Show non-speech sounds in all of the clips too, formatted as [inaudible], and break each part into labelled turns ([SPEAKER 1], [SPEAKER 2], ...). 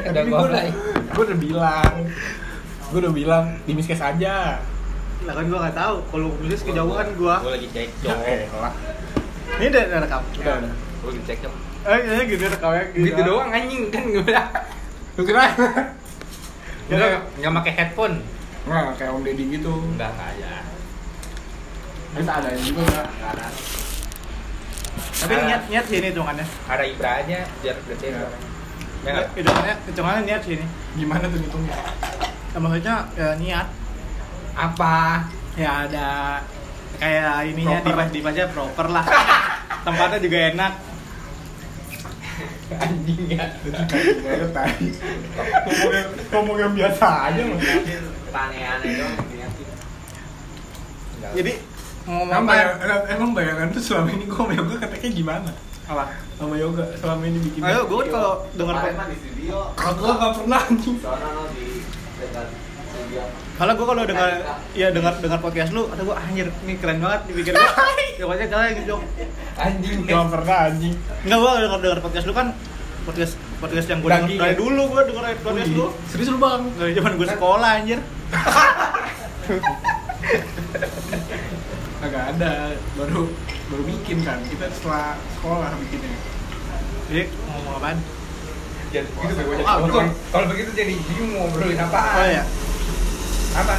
[SPEAKER 1] Udah
[SPEAKER 2] gua-
[SPEAKER 1] mulai.
[SPEAKER 2] Gue udah bilang. Gue udah bilang di miskes aja.
[SPEAKER 3] Lah kan gua gak tahu kalau bisnis kejauhan gua.
[SPEAKER 4] Gue lagi
[SPEAKER 3] Ya.
[SPEAKER 4] cekcok.
[SPEAKER 2] Eh, lah.
[SPEAKER 3] Ini udah udah rekam.
[SPEAKER 2] Udah, udah.
[SPEAKER 4] Gue lagi cekcok.
[SPEAKER 3] Eh, ini gini rekamnya gini.
[SPEAKER 4] Gitu doang anjing kan gue bilang.
[SPEAKER 2] Lu kira?
[SPEAKER 4] Enggak enggak pakai headphone.
[SPEAKER 2] Nggak, kayak Om Deddy gitu.
[SPEAKER 4] Enggak enggak ya.
[SPEAKER 2] Tapi tak ada yang juga nggak. Nggak ada.
[SPEAKER 3] Tapi niat niat sih ini hitungannya.
[SPEAKER 4] Ada Ibra aja biar kecil. Ya enggak?
[SPEAKER 3] Hitungannya hitungannya niat sih ini.
[SPEAKER 2] Gimana tuh ngitungnya?
[SPEAKER 3] Ya, maksudnya ya, niat
[SPEAKER 4] Apa?
[SPEAKER 3] ya ada kayak ininya
[SPEAKER 2] Proper.
[SPEAKER 3] dipas dipasnya proper lah. Tempatnya juga enak.
[SPEAKER 4] [laughs] Anjing ya.
[SPEAKER 2] Gimana tadi? Ngomongnya ngomong yang biasa aja. Mas.
[SPEAKER 4] Aneh-aneh dong.
[SPEAKER 3] Jadi mau
[SPEAKER 2] Emang
[SPEAKER 3] ngomong
[SPEAKER 2] bayang-
[SPEAKER 3] apa?
[SPEAKER 2] emang bayangan tuh selama ini gue sama yoga katanya gimana?
[SPEAKER 3] Apa?
[SPEAKER 2] Sama yoga selama ini bikin
[SPEAKER 3] Ayo
[SPEAKER 4] kan
[SPEAKER 3] gue kalau denger
[SPEAKER 1] di studio.
[SPEAKER 2] Kagak gak pernah anjing
[SPEAKER 1] Soalnya lo di dekat studio.
[SPEAKER 3] Kalau gue kalau dengar ya dengar dengar podcast lu, atau gue anjir ini keren banget dipikir gue. Ya pokoknya kalian gitu.
[SPEAKER 4] Anjing.
[SPEAKER 2] Gak pernah anjing
[SPEAKER 3] Enggak gue denger dengar podcast lu kan podcast podcast yang gue
[SPEAKER 2] Udah
[SPEAKER 3] denger
[SPEAKER 2] gini.
[SPEAKER 3] dari dulu gue denger podcast lu.
[SPEAKER 2] Serius lu bang?
[SPEAKER 3] Dari zaman
[SPEAKER 2] Kan?
[SPEAKER 3] gue sekolah anjir.
[SPEAKER 2] Agak ada Baru baru bikin kan Kita setelah sekolah bikinnya
[SPEAKER 3] Jadi ngomong apaan?
[SPEAKER 4] Jangan begitu gue jadi
[SPEAKER 3] Ah,
[SPEAKER 4] bingung.
[SPEAKER 3] betul.
[SPEAKER 4] Kalau begitu jadi bingung mau ngobrolin apaan.
[SPEAKER 3] Oh
[SPEAKER 2] iya.
[SPEAKER 3] ya,
[SPEAKER 4] Apa?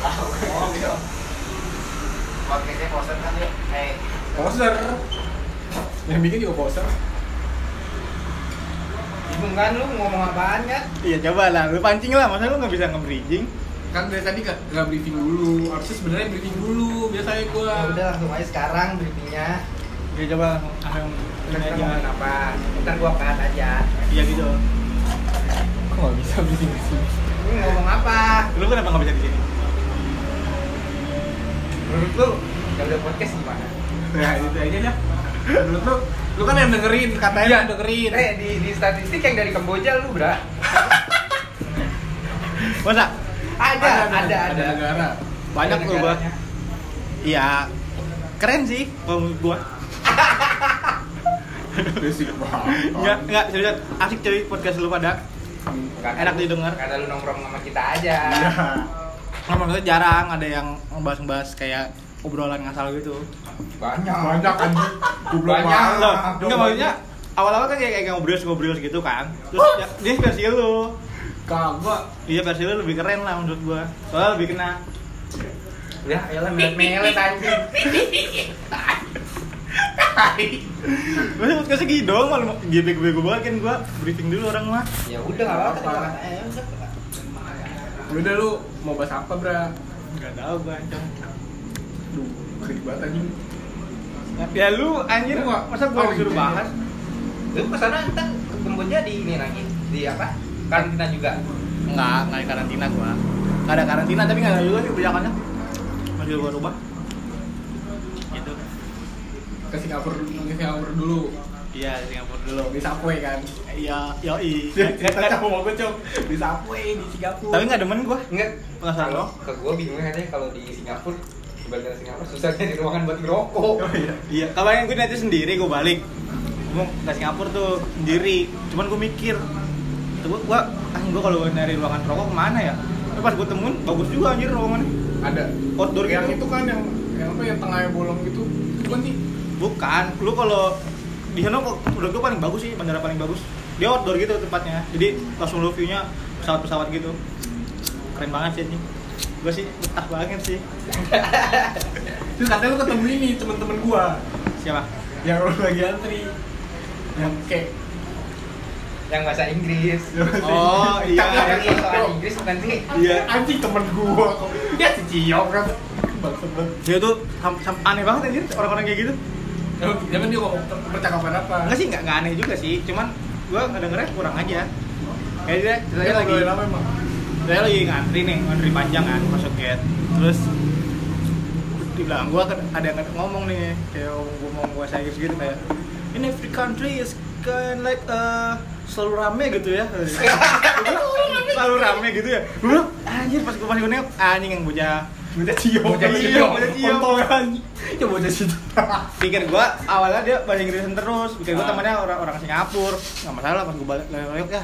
[SPEAKER 1] Oh, iya. Podcastnya bosan kan yuk. Eh,
[SPEAKER 2] Poser Yang bikin juga poser
[SPEAKER 4] Bingung kan lu ngomong apaan kan?
[SPEAKER 3] iya coba lah, lu pancing lah, masa lu nggak bisa nge-bridging?
[SPEAKER 2] Kan dari tadi gak, nggak briefing dulu Harusnya sebenarnya briefing dulu Biasanya gue
[SPEAKER 4] Ya udah langsung aja sekarang briefingnya.
[SPEAKER 3] Ya
[SPEAKER 2] Iya,
[SPEAKER 3] coba ah, yang
[SPEAKER 4] Kita
[SPEAKER 3] ini aja.
[SPEAKER 4] ngomongin apa? Ntar gua cut aja.
[SPEAKER 3] Iya gitu.
[SPEAKER 2] Kok gak bisa briefing di sini?
[SPEAKER 4] Ini ngomong apa?
[SPEAKER 3] Lu kenapa nggak bisa di sini?
[SPEAKER 4] Menurut lu kalau udah podcast gimana?
[SPEAKER 2] Nah itu aja dah Menurut lu Lu kan yang dengerin Katanya
[SPEAKER 4] Iya.
[SPEAKER 2] lu dengerin
[SPEAKER 4] Eh di, di statistik yang dari Kamboja lu bra?
[SPEAKER 3] Masa?
[SPEAKER 4] Ada, ada,
[SPEAKER 2] Ada
[SPEAKER 4] ada.
[SPEAKER 2] negara
[SPEAKER 3] Banyak
[SPEAKER 4] Ada
[SPEAKER 3] lu, Bang.
[SPEAKER 4] negaranya.
[SPEAKER 3] Iya. Keren sih kalau menurut gua.
[SPEAKER 2] Oh. Basic banget
[SPEAKER 4] Iya.
[SPEAKER 3] Enggak, enggak, serius. Asik cuy podcast lu pada.
[SPEAKER 4] Nggak,
[SPEAKER 3] Enak
[SPEAKER 4] lu-
[SPEAKER 3] didengar.
[SPEAKER 4] Karena lu nongkrong sama kita aja.
[SPEAKER 2] Iya
[SPEAKER 3] Nah, maksudnya jarang ada yang ngebahas-ngebahas kayak obrolan ngasal gitu.
[SPEAKER 4] Banyak.
[SPEAKER 2] Banyak anjing Goblok
[SPEAKER 4] Banyak,
[SPEAKER 2] banget
[SPEAKER 3] Loh,
[SPEAKER 4] Ah,
[SPEAKER 3] enggak maksudnya awal-awal kan kayak kayak ngobrol-ngobrol gitu kan. Terus ya, dia versi lu.
[SPEAKER 2] Kagak
[SPEAKER 3] Iya versi lu lebih keren lah menurut gua. Soalnya lebih kena.
[SPEAKER 4] Ya, elah melet-melet anjing.
[SPEAKER 3] Masa podcastnya gini doang malah dia bego-bego banget kan gua briefing dulu orang mah.
[SPEAKER 4] Ya udah enggak apa-apa.
[SPEAKER 2] Yaudah Ya lu mau bahas apa bra?
[SPEAKER 3] Enggak tahu gua anjing.
[SPEAKER 2] Duh, sedih banget anjing
[SPEAKER 3] Ya lu anjir
[SPEAKER 2] Gua nggak-
[SPEAKER 3] masa gua
[SPEAKER 2] Oh,
[SPEAKER 3] disuruh
[SPEAKER 2] iya.
[SPEAKER 3] bahas?
[SPEAKER 4] Lu kesana ntar ke Kamboja di ini lagi di apa? Karantina juga.
[SPEAKER 3] Enggak, enggak di karantina gua. Enggak ada karantina tapi enggak ada juga sih kebijakannya. Masih gua rubah. Gitu.
[SPEAKER 2] Ke Singapura, ke Singapura dulu
[SPEAKER 3] Iya, di Singapura dulu.
[SPEAKER 2] Di Subway kan
[SPEAKER 3] Iya, yoi.
[SPEAKER 2] Ternyata mau gue cok Di Subway, di Singapura
[SPEAKER 3] Tapi enggak demen gua.
[SPEAKER 4] Enggak.
[SPEAKER 3] Penasaran lo?
[SPEAKER 4] Ke gua bingungnya katanya kalau di Singapura balik dari Singapura susah nyari ruangan buat ngerokok.
[SPEAKER 2] Oh iya
[SPEAKER 3] Iya, kabarnya gue nanti sendiri gue balik. Gue ke Singapura tuh sendiri. Cuman gue mikir, tuh gue, gue, ah gue kalau nyari ruangan rokok kemana ya? Tapi pas gue temuin, bagus juga anjir ruangannya.
[SPEAKER 2] Ada
[SPEAKER 3] Outdoor
[SPEAKER 2] Yang
[SPEAKER 3] gitu.
[SPEAKER 2] itu kan yang yang apa yang tengahnya bolong gitu Itu kan sih
[SPEAKER 3] Bukan, lu kalau di sana kok menurut gue paling bagus sih, bandara paling bagus. Dia outdoor gitu tempatnya. Jadi langsung lu view-nya pesawat-pesawat gitu. Keren banget sih ini. Gue sih betah banget sih.
[SPEAKER 2] Terus katanya lu ketemu ini temen-temen gua
[SPEAKER 3] Siapa?
[SPEAKER 2] Yang [laughs] lu lagi antri Yang kayak
[SPEAKER 4] Yang bahasa Inggris.
[SPEAKER 3] Oh, iya.
[SPEAKER 4] Yang bahasa Inggris bukan sih?
[SPEAKER 2] Iya, anjing temen gua kok. Dia si Ciok kan. Bangsa banget.
[SPEAKER 3] Dia tuh sam- sam- aneh banget anjir orang-orang kayak gitu.
[SPEAKER 2] Emang emang dia ngomong per- percakapan apa?
[SPEAKER 3] Enggak sih, enggak, enggak aneh juga sih. Cuman gua ngedengernya kurang aja. Kayak dia,
[SPEAKER 2] Dia
[SPEAKER 3] saya lagi,
[SPEAKER 2] ngobrolin apa emang?
[SPEAKER 3] saya lagi ngantri nih, ngantri panjang kan, masuk gate. Terus di belakang gua kan ada yang ngomong nih, kayak ngomong gua saya gitu kayak in every country is kind like uh, selalu rame gitu ya selalu rame gitu ya Gua bilang, anjir pas gue pas gue nengok anjing yang bocah Bocah Cio.
[SPEAKER 4] Bocah Cio.
[SPEAKER 3] Iya, Bocah Cio. Potongan. Ya bocah Cio. Pikir gua awalnya dia bahasa Inggrisan terus. Pikir gua
[SPEAKER 2] Ah.
[SPEAKER 3] temannya orang orang Singapura. Enggak masalah pas gua balik lewat ya.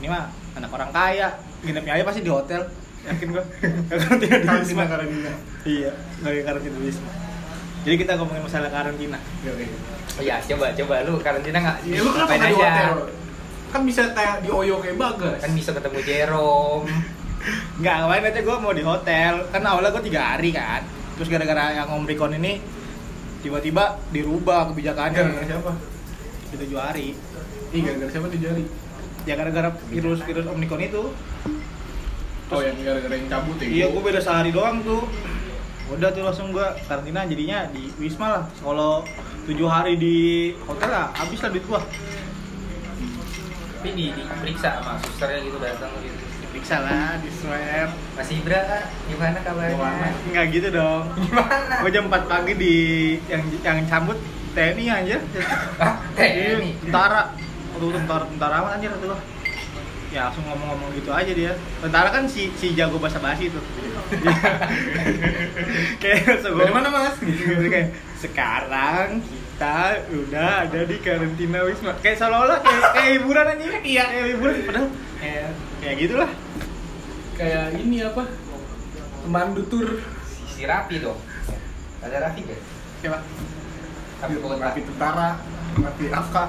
[SPEAKER 3] Ini mah anak orang kaya. Nginepnya aja pasti di hotel. Yakin
[SPEAKER 2] [laughs]
[SPEAKER 3] gua. Karena tinggal [laughs] di Wisma.
[SPEAKER 2] karantina.
[SPEAKER 3] Iya, lagi karantina di Wisma. Jadi kita ngomongin masalah karantina.
[SPEAKER 2] Oke, oke.
[SPEAKER 4] Iya, coba coba lu karantina nggak?
[SPEAKER 2] Ya lu kenapa
[SPEAKER 4] Ngapain
[SPEAKER 2] nggak di
[SPEAKER 4] aja?
[SPEAKER 2] hotel? Kan bisa kayak di Oyo kayak bagas.
[SPEAKER 4] Kan bisa ketemu Jerome.
[SPEAKER 3] Enggak, kemarin aja gua mau di hotel. Kan awalnya gua tiga hari kan. Terus gara-gara yang Om Rikon ini tiba-tiba dirubah
[SPEAKER 2] Gara-gara
[SPEAKER 3] kebijakannya.
[SPEAKER 2] siapa?
[SPEAKER 3] Kita juari.
[SPEAKER 2] Iya, gara-gara siapa di jari?
[SPEAKER 3] ya gara-gara virus virus omikron itu
[SPEAKER 2] Oh, yang gara-gara yang cabut ya?
[SPEAKER 3] iya gue beda sehari doang tuh udah tuh langsung gue karantina jadinya di wisma lah kalau tujuh hari di hotel lah habis lah duit gue
[SPEAKER 4] Tapi di, diperiksa sama susternya gitu datang gitu.
[SPEAKER 3] diperiksa lah di swab
[SPEAKER 4] Mas Ibra, Kak, gimana kabarnya?
[SPEAKER 2] Gimana?
[SPEAKER 3] nggak gitu dong
[SPEAKER 4] Gimana?
[SPEAKER 3] gue jam 4 pagi di yang yang cabut TNI aja
[SPEAKER 4] Hah?
[SPEAKER 3] Iya,
[SPEAKER 4] Kayak Eh, ini.
[SPEAKER 3] tentara Aduh, tentara tentara amat anjir tuh lah ya langsung ngomong-ngomong gitu aja dia tentara kan si si jago bahasa basi itu kayak
[SPEAKER 2] Dari
[SPEAKER 3] sebelum
[SPEAKER 2] mana mas?
[SPEAKER 3] Terus gitu, kayak, sekarang kita udah ada di karantina wisma kayak seolah-olah kayak, kayak hiburan aja iya kayak hiburan padahal kayak kayak gitulah
[SPEAKER 2] Kayak ini apa? Pemandu tur.
[SPEAKER 4] Si Rapi dong. Ada Rapi nggak?
[SPEAKER 3] coba
[SPEAKER 4] Rapi
[SPEAKER 2] Iya,
[SPEAKER 4] Bogor.
[SPEAKER 2] Rapi tentara, rapi afka.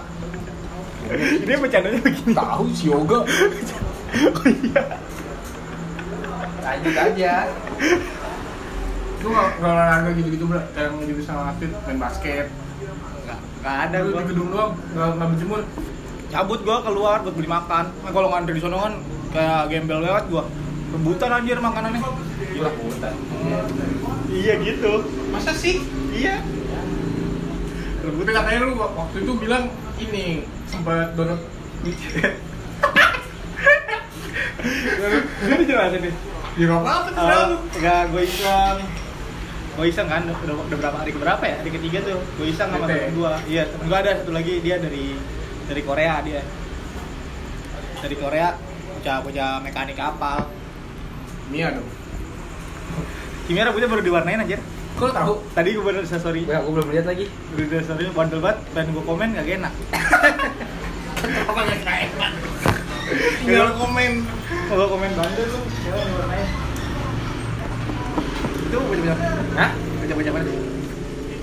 [SPEAKER 3] ini bercandanya begini
[SPEAKER 2] Tahu si yoga.
[SPEAKER 4] Lanjut aja.
[SPEAKER 2] Lu nggak nggak olahraga gitu-gitu bro? Kayak nggak bisa ngelakuin main basket.
[SPEAKER 3] nggak nggak ada
[SPEAKER 2] Lu
[SPEAKER 3] gua
[SPEAKER 2] di gedung doang, nggak nggak berjemur.
[SPEAKER 3] cabut gua keluar buat beli makan nah, kalau ngantri di sono kan kayak gembel lewat gua rebutan anjir makanannya
[SPEAKER 4] Gila hutan.
[SPEAKER 3] iya gitu
[SPEAKER 2] Masa sih?
[SPEAKER 3] iya
[SPEAKER 2] Tapi katanya lu waktu itu bilang ini sempat download micet.
[SPEAKER 3] ini jelasin nih
[SPEAKER 2] [laughs] Ya nggak apa-apa terserah
[SPEAKER 4] Oh.
[SPEAKER 2] lu.
[SPEAKER 3] enggak gue Eh, iseng gue iseng kan udah, udah berapa hari keberapa ya hari ketiga tuh gue iseng sama
[SPEAKER 2] Bete.
[SPEAKER 3] temen gue iya temen gue ada satu lagi dia dari dari Korea dia dari Korea bocah bocah mekanik kapal
[SPEAKER 2] Mia dong.
[SPEAKER 3] Kimia rambutnya baru diwarnain anjir
[SPEAKER 2] Kok lu tahu?
[SPEAKER 3] tadi gue baru bisa sorry
[SPEAKER 4] Gue aku belum lihat lagi.
[SPEAKER 3] baru bisa sorry bandel banget pengen gue komen gak enak
[SPEAKER 2] Apa nggak kayak?
[SPEAKER 3] tinggal komen kalau komen bandel lu siapa yang warnain itu bocah
[SPEAKER 4] Hah?
[SPEAKER 3] bocah bocah mana tuh?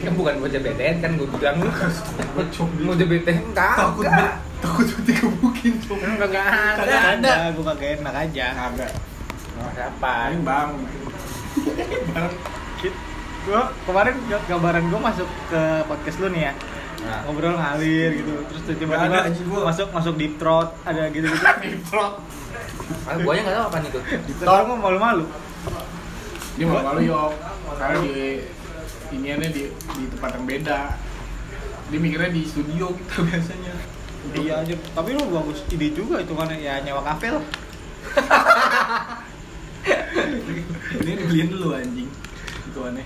[SPEAKER 4] Kan bukan bocah BTN kan gue bilang lu. Bocah BTN
[SPEAKER 2] Takut ber-
[SPEAKER 4] kagak.
[SPEAKER 2] takut ber- dikebukin cok.
[SPEAKER 4] Enggak enggak ada.
[SPEAKER 3] kagak ada gue kagak enak aja
[SPEAKER 2] Kagak.
[SPEAKER 4] Harapan.
[SPEAKER 2] Ya, Paling bang.
[SPEAKER 3] gue kemarin ga- gambaran gue masuk ke podcast lu nih ya
[SPEAKER 4] Nah.
[SPEAKER 3] ngobrol ngalir gitu terus
[SPEAKER 2] Nggak
[SPEAKER 3] tiba-tiba
[SPEAKER 2] ada, anjing, gua.
[SPEAKER 3] masuk masuk deep throat ada gitu
[SPEAKER 2] [laughs]
[SPEAKER 3] gitu
[SPEAKER 4] Ah, gua yang nggak tahu apa nih tuh.
[SPEAKER 3] deep throat mau malu-malu
[SPEAKER 2] Dia malu malu yo. Karena di iniannya di di tempat yang beda. Dia mikirnya di studio kita biasanya.
[SPEAKER 3] iya aja tapi lu bagus ide juga itu kan ya nyawa kafe lah
[SPEAKER 2] Ini dibeliin dulu anjing. Itu aneh.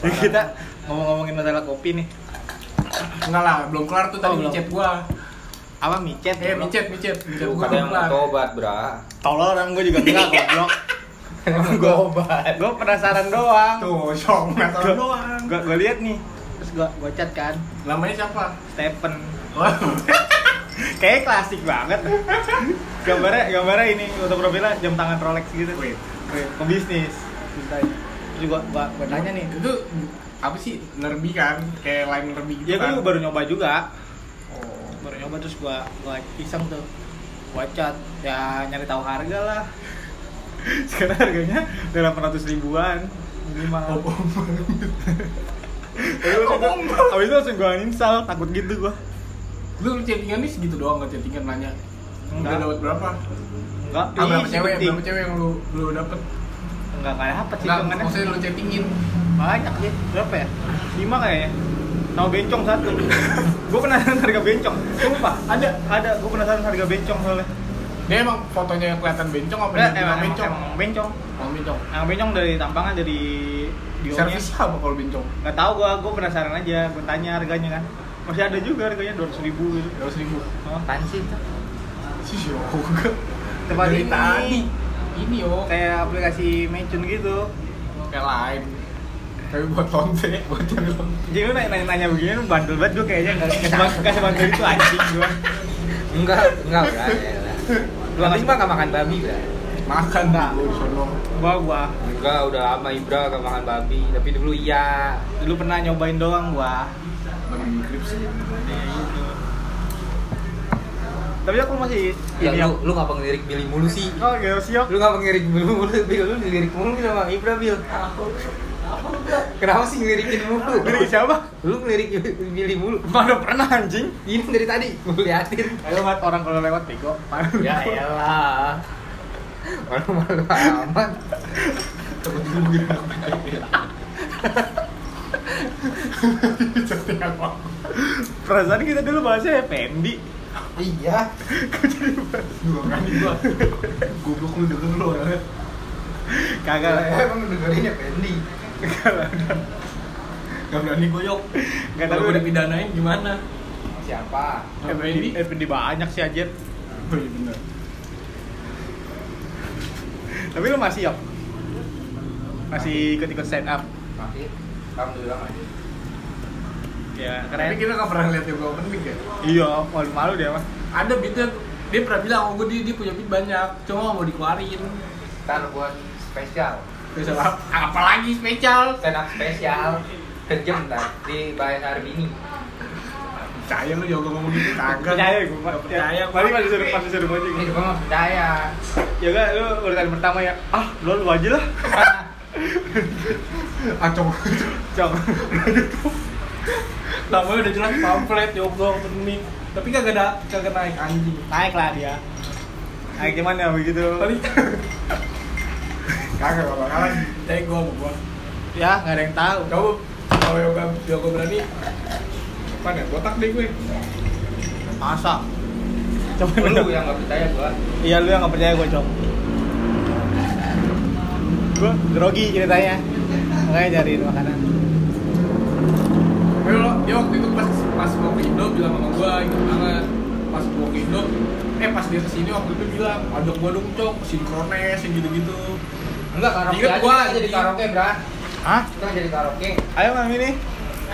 [SPEAKER 3] Jadi [laughs] kita ngomong-ngomongin masalah kopi nih
[SPEAKER 2] Enggak lah, belum kelar tuh tadi
[SPEAKER 3] Oh, belum.
[SPEAKER 2] micet gua.
[SPEAKER 3] apa micet
[SPEAKER 2] Eh,
[SPEAKER 3] goblok?
[SPEAKER 2] micet, micet, micet
[SPEAKER 4] Lu
[SPEAKER 2] gua
[SPEAKER 4] kata
[SPEAKER 2] belum
[SPEAKER 4] yang
[SPEAKER 2] kelar.
[SPEAKER 4] mau tobat, Bra.
[SPEAKER 3] tolol orang gue juga enggak goblok
[SPEAKER 4] [laughs] Gua obat.
[SPEAKER 3] gue penasaran doang
[SPEAKER 2] Tuh, song, nggak tahu doang.
[SPEAKER 3] gue gue lihat nih terus gue gue chat kan
[SPEAKER 2] Namanya siapa?
[SPEAKER 3] Stephen
[SPEAKER 2] Oh,
[SPEAKER 3] Kayaknya klasik banget. gambarnya gambarnya ini foto profilnya jam tangan Rolex gitu.
[SPEAKER 2] wait.
[SPEAKER 3] Pebisnis. Cintanya. Terus gua, gua, gua tanya nih.
[SPEAKER 2] Itu apa sih? Nerbi kan? Kayak lain nerbi gitu
[SPEAKER 3] Ya
[SPEAKER 2] kan?
[SPEAKER 3] gua baru nyoba juga.
[SPEAKER 2] Oh.
[SPEAKER 3] Baru nyoba terus gua gua iseng tuh. Gua cat ya nyari tahu harga lah. [laughs] Sekarang harganya 800 ribuan minimal.
[SPEAKER 2] Oh,
[SPEAKER 3] Tapi gua langsung- Abis itu langsung gua uninstall, takut gitu gua.
[SPEAKER 2] Lu chattingan nih segitu doang gak chattingan nanya? Udah
[SPEAKER 3] Enggak.
[SPEAKER 2] dapat berapa?
[SPEAKER 3] Enggak.
[SPEAKER 2] Ah, berapa
[SPEAKER 3] ih,
[SPEAKER 2] cewek?
[SPEAKER 3] penting.
[SPEAKER 2] Berapa cewek yang lu lu dapet?
[SPEAKER 3] Enggak enggak dapet sih
[SPEAKER 2] Enggak,
[SPEAKER 3] hitungannya.
[SPEAKER 2] maksudnya lu chattingin.
[SPEAKER 3] banyak sih berapa ya lima kayaknya nama bencong
[SPEAKER 2] [laughs]
[SPEAKER 3] satu gue penasaran harga bencong sumpah ada ada gue penasaran harga bencong soalnya
[SPEAKER 2] Dia emang fotonya kelihatan bencong apa
[SPEAKER 3] Nah,
[SPEAKER 2] dia
[SPEAKER 3] emang
[SPEAKER 2] bilang
[SPEAKER 3] bencong
[SPEAKER 2] bencong? Emang
[SPEAKER 3] emang bencong
[SPEAKER 2] bencong.
[SPEAKER 3] yang bencong dari tampangan dari dionya
[SPEAKER 2] Servis apa kalau bencong?
[SPEAKER 3] nggak tahu gue gue penasaran aja gue tanya harganya kan masih ada juga harganya dua ratus ribu gitu
[SPEAKER 2] Dua ribu.
[SPEAKER 3] Hah?
[SPEAKER 4] Apaan sih itu?
[SPEAKER 2] Si yoga.
[SPEAKER 3] Tempat
[SPEAKER 2] Dari
[SPEAKER 3] ini.
[SPEAKER 2] tadi. Ini yo.
[SPEAKER 3] kayak aplikasi mecun gitu
[SPEAKER 2] pakai lain tapi buat lonte [laughs] buat cari lonte
[SPEAKER 3] Jadi lu nanya, nanya begini lu bandel banget gue kayaknya nggak sebang nggak sebandel itu anjing gue.
[SPEAKER 4] Enggak, enggak enggak. Gua nggak suka nggak makan babi lah.
[SPEAKER 2] makan dah gue sono
[SPEAKER 3] Gua gua
[SPEAKER 4] Enggak, udah lama Ibra gak makan babi. Tapi dulu iya.
[SPEAKER 3] dulu pernah nyobain doang gua.
[SPEAKER 2] lebih krips
[SPEAKER 3] Iya, gitu. Tapi aku masih
[SPEAKER 4] Ya,
[SPEAKER 3] ini ya.
[SPEAKER 4] lu, lu ngapa ngelirik Billy mulu sih?
[SPEAKER 3] Oh, gak siap.
[SPEAKER 4] Lu ngapa ngelirik Billy mulu? Billy lu ngelirik mulu sama Ibra, Bil. Kenapa sih ngelirikin mulu?
[SPEAKER 3] Dari siapa?
[SPEAKER 4] Lu ngelirik Billy mulu.
[SPEAKER 3] Mana pernah anjing?
[SPEAKER 4] Ini dari tadi gue liatin.
[SPEAKER 3] Ayo mat orang kalau lewat bego.
[SPEAKER 4] Ya elah. Malu-malu amat.
[SPEAKER 2] takut gue mungkin apa Jadi apa?
[SPEAKER 3] Perasaan kita dulu bahasnya Fendi.
[SPEAKER 4] Iya.
[SPEAKER 2] Dua kali gua Goblok lu denger lu orangnya
[SPEAKER 3] Kagak lah. ya.
[SPEAKER 4] Emang dengerin ya Fendi.
[SPEAKER 2] Gak berani gua yok
[SPEAKER 3] Gak
[SPEAKER 2] Kalau
[SPEAKER 3] tahu
[SPEAKER 2] gua
[SPEAKER 3] udah
[SPEAKER 2] dipidanain gimana?
[SPEAKER 4] Siapa?
[SPEAKER 3] Fendi. Eh, Fendi banyak sih aja.
[SPEAKER 2] Oh Eh, iya bener
[SPEAKER 3] Tapi lu masih yok. Masih ikut-ikut stand up.
[SPEAKER 4] Masih. Alhamdulillah masih.
[SPEAKER 3] Ya,
[SPEAKER 2] Tapi
[SPEAKER 3] keren.
[SPEAKER 2] kita gak pernah lihat yang gua opening ya
[SPEAKER 3] Iya, malu-malu dia mah.
[SPEAKER 2] Ada beatnya Dia pernah bilang, oh gue dia, dia punya beat banyak Cuma nggak mau dikeluarin
[SPEAKER 4] Ntar buat spesial.
[SPEAKER 2] Terus apa? Apalagi spesial
[SPEAKER 4] Stand up spesial. Kejam ntar di Bayan Arbini.
[SPEAKER 2] Percaya lu juga ngomong gitu kagak
[SPEAKER 3] Percaya gue, Mat.
[SPEAKER 2] Nggak percaya Iya,
[SPEAKER 3] Ya, Paling masih suruh masih suruh aja
[SPEAKER 4] Ini
[SPEAKER 3] gitu.
[SPEAKER 4] gue mah percaya.
[SPEAKER 3] Ya gak, lu urutan pertama ya. Ah, lu lu aja lah.
[SPEAKER 2] Acong
[SPEAKER 3] Cong.
[SPEAKER 2] Namanya udah jelas pamflet, yoga, opening Tapi kagak ada, kagak naik anjing
[SPEAKER 3] Naik lah dia. Naik gimana begitu?
[SPEAKER 2] Paling Kagak gak bakalan Tapi gua sama gua
[SPEAKER 3] Ya, gak ada yang tahu.
[SPEAKER 2] Kamu kalau yoga, yoga berani Apaan ya? Botak deh gue
[SPEAKER 3] Masa? Coba
[SPEAKER 4] Lu yang gak percaya gua.
[SPEAKER 3] Iya lu yang gak percaya gue cok Gue grogi ceritanya Makanya cariin makanan
[SPEAKER 2] Tapi lo, dia waktu itu pas pas mau ke Indo bilang sama gua ingat banget pas mau ke Indo, eh pas dia kesini waktu itu bilang ajak gua dong cok sinkrones yang gitu-gitu.
[SPEAKER 4] Enggak karaoke
[SPEAKER 2] Ingat
[SPEAKER 4] aja.
[SPEAKER 2] gua,
[SPEAKER 4] kita jadi
[SPEAKER 2] di-
[SPEAKER 4] karaoke, Bra.
[SPEAKER 3] Hah?
[SPEAKER 4] Kita jadi karaoke.
[SPEAKER 3] Ayo mam ini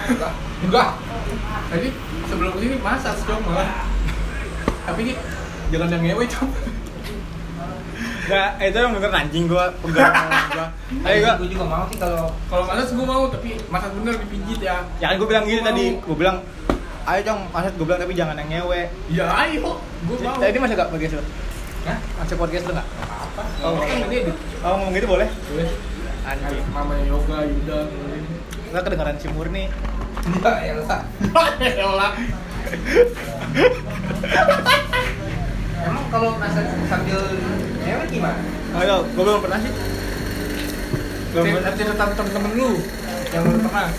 [SPEAKER 4] Enggak. Enggak.
[SPEAKER 2] Tadi sebelum kesini masak cok malah. Tapi ini jangan yang ngewe cok.
[SPEAKER 3] Gak, itu yang bener anjing gue Pegang gue Ayo gue
[SPEAKER 4] Gue juga mau sih kalau
[SPEAKER 2] [laughs] Kalau malas gua mau tapi masak bener dipijit ya.
[SPEAKER 3] Ya kan gue bilang gini
[SPEAKER 2] Gua
[SPEAKER 3] tadi
[SPEAKER 2] mau.
[SPEAKER 3] Gue bilang Ayo cong, maksud gue bilang tapi jangan yang ngewe
[SPEAKER 2] Ya ayo, gua mau.
[SPEAKER 3] Tadi masih gak podcast lu?
[SPEAKER 4] Hah?
[SPEAKER 3] Masih podcast lu gak?
[SPEAKER 4] apa?
[SPEAKER 3] Oh,
[SPEAKER 2] kan ini
[SPEAKER 4] ya.
[SPEAKER 2] edit.
[SPEAKER 3] oh ngomong gitu boleh?
[SPEAKER 2] Boleh.
[SPEAKER 3] Anjing
[SPEAKER 2] Kayak Mamanya yoga, Yuda.
[SPEAKER 3] Gak kedengeran si Murni
[SPEAKER 4] Enggak, ya lah.
[SPEAKER 2] Elah.
[SPEAKER 4] Emang kalau masak sambil nyewa gimana?
[SPEAKER 3] Ayo, gue Oh, iya, belum pernah sih Belum
[SPEAKER 2] Cerita
[SPEAKER 3] pernah
[SPEAKER 2] cerita temen-temen lu yang lu pernah.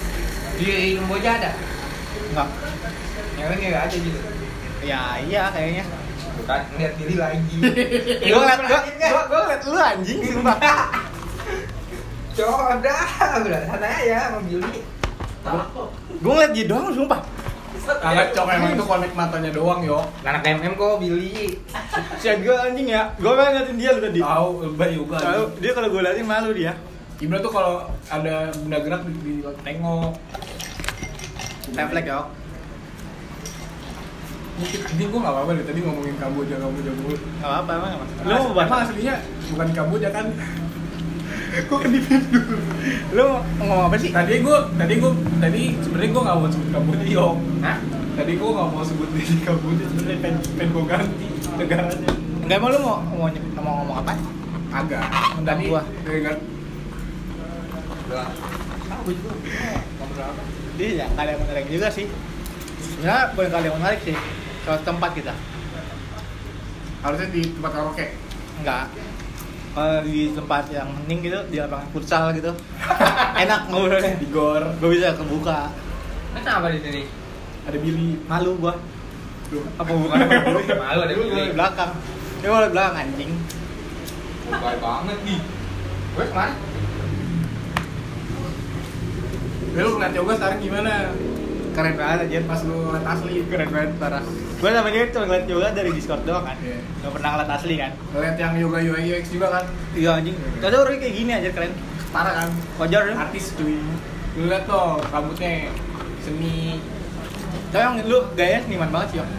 [SPEAKER 4] Di Lemboja ada.
[SPEAKER 3] Enggak
[SPEAKER 4] Nyewa nyewa aja gitu.
[SPEAKER 3] Ya iya kayaknya
[SPEAKER 4] Bukan ngeliat diri
[SPEAKER 3] [laughs]
[SPEAKER 4] lagi.
[SPEAKER 3] Gue Eh, ngeliat, gue ngeliat lu anjing [laughs] sumpah
[SPEAKER 4] Coba dah, udah santai aja sama Billy.
[SPEAKER 3] Gue ngeliat dia doang sumpah
[SPEAKER 4] Iya.
[SPEAKER 2] Kagak cok emang itu connect matanya doang yo.
[SPEAKER 4] Anak MM kok Billy.
[SPEAKER 3] Sian gue anjing ya Gue kan ngeliatin dia lu tadi
[SPEAKER 2] Tahu lebay juga.
[SPEAKER 3] Kalau dia kalau gue liatin malu dia
[SPEAKER 2] Ibra tuh kalau ada benda gerak di, di tengok.
[SPEAKER 3] Reflek ya
[SPEAKER 2] Mungkin tadi gua nggak apa-apa deh tadi ngomongin Kamboja Kamboja mulu.
[SPEAKER 3] Gak apa-apa emang emang Lu mau
[SPEAKER 2] Emang-
[SPEAKER 3] bahas
[SPEAKER 2] emang aslinya bukan Kamboja kan? gua kan di dulu.
[SPEAKER 3] Lu ngomong apa sih?
[SPEAKER 2] Tadi gua tadi gua tadi sebenarnya gua nggak mau sebut Kamboja yo.
[SPEAKER 4] Hah?
[SPEAKER 2] Tadi gua nggak mau sebut diri Kamboja sebenarnya pengen pengen gua ganti negaranya.
[SPEAKER 3] Enggak emang lu mau mau nyebut- mau ngomong apa?
[SPEAKER 2] Agak.
[SPEAKER 3] Tentang
[SPEAKER 2] Tadi
[SPEAKER 3] gua.
[SPEAKER 2] dengan
[SPEAKER 4] Udah. Tahu juga. Ngobrol apa?
[SPEAKER 3] Iya, gak ada yang menarik juga sih Sebenernya boleh kali yang menarik sih Soal tempat kita
[SPEAKER 2] harusnya di tempat karaoke.
[SPEAKER 3] Enggak kalau di tempat yang hening gitu, di lapangan futsal gitu [laughs] Enak ngobrolnya
[SPEAKER 2] Di gor
[SPEAKER 3] Gue bisa kebuka
[SPEAKER 4] Kenapa di sini?
[SPEAKER 2] ada Billy.
[SPEAKER 3] Malu gua
[SPEAKER 2] Tuh.
[SPEAKER 3] Apa bukan?
[SPEAKER 4] Malu ada
[SPEAKER 3] Lu
[SPEAKER 4] Billy.
[SPEAKER 3] di belakang Dia malah di belakang anjing
[SPEAKER 4] Baik banget nih. Gue kemana?
[SPEAKER 2] Ya, Lu ngeliat yoga sekarang gimana?
[SPEAKER 3] Keren banget aja
[SPEAKER 2] Pas lu ngeliat asli
[SPEAKER 3] Keren banget parah Gue sama dia cuma ngeliat yoga dari Discord doang kan
[SPEAKER 2] Iya.
[SPEAKER 3] Gak pernah ngeliat asli kan
[SPEAKER 2] Ngeliat yang yoga UI UX juga kan?
[SPEAKER 3] Iya anjing Ternyata orangnya kayak gini aja keren setara kan wajar ya
[SPEAKER 2] artis cuy lu liat tuh rambutnya seni
[SPEAKER 3] tapi yang lu gaya seniman banget sih Yong.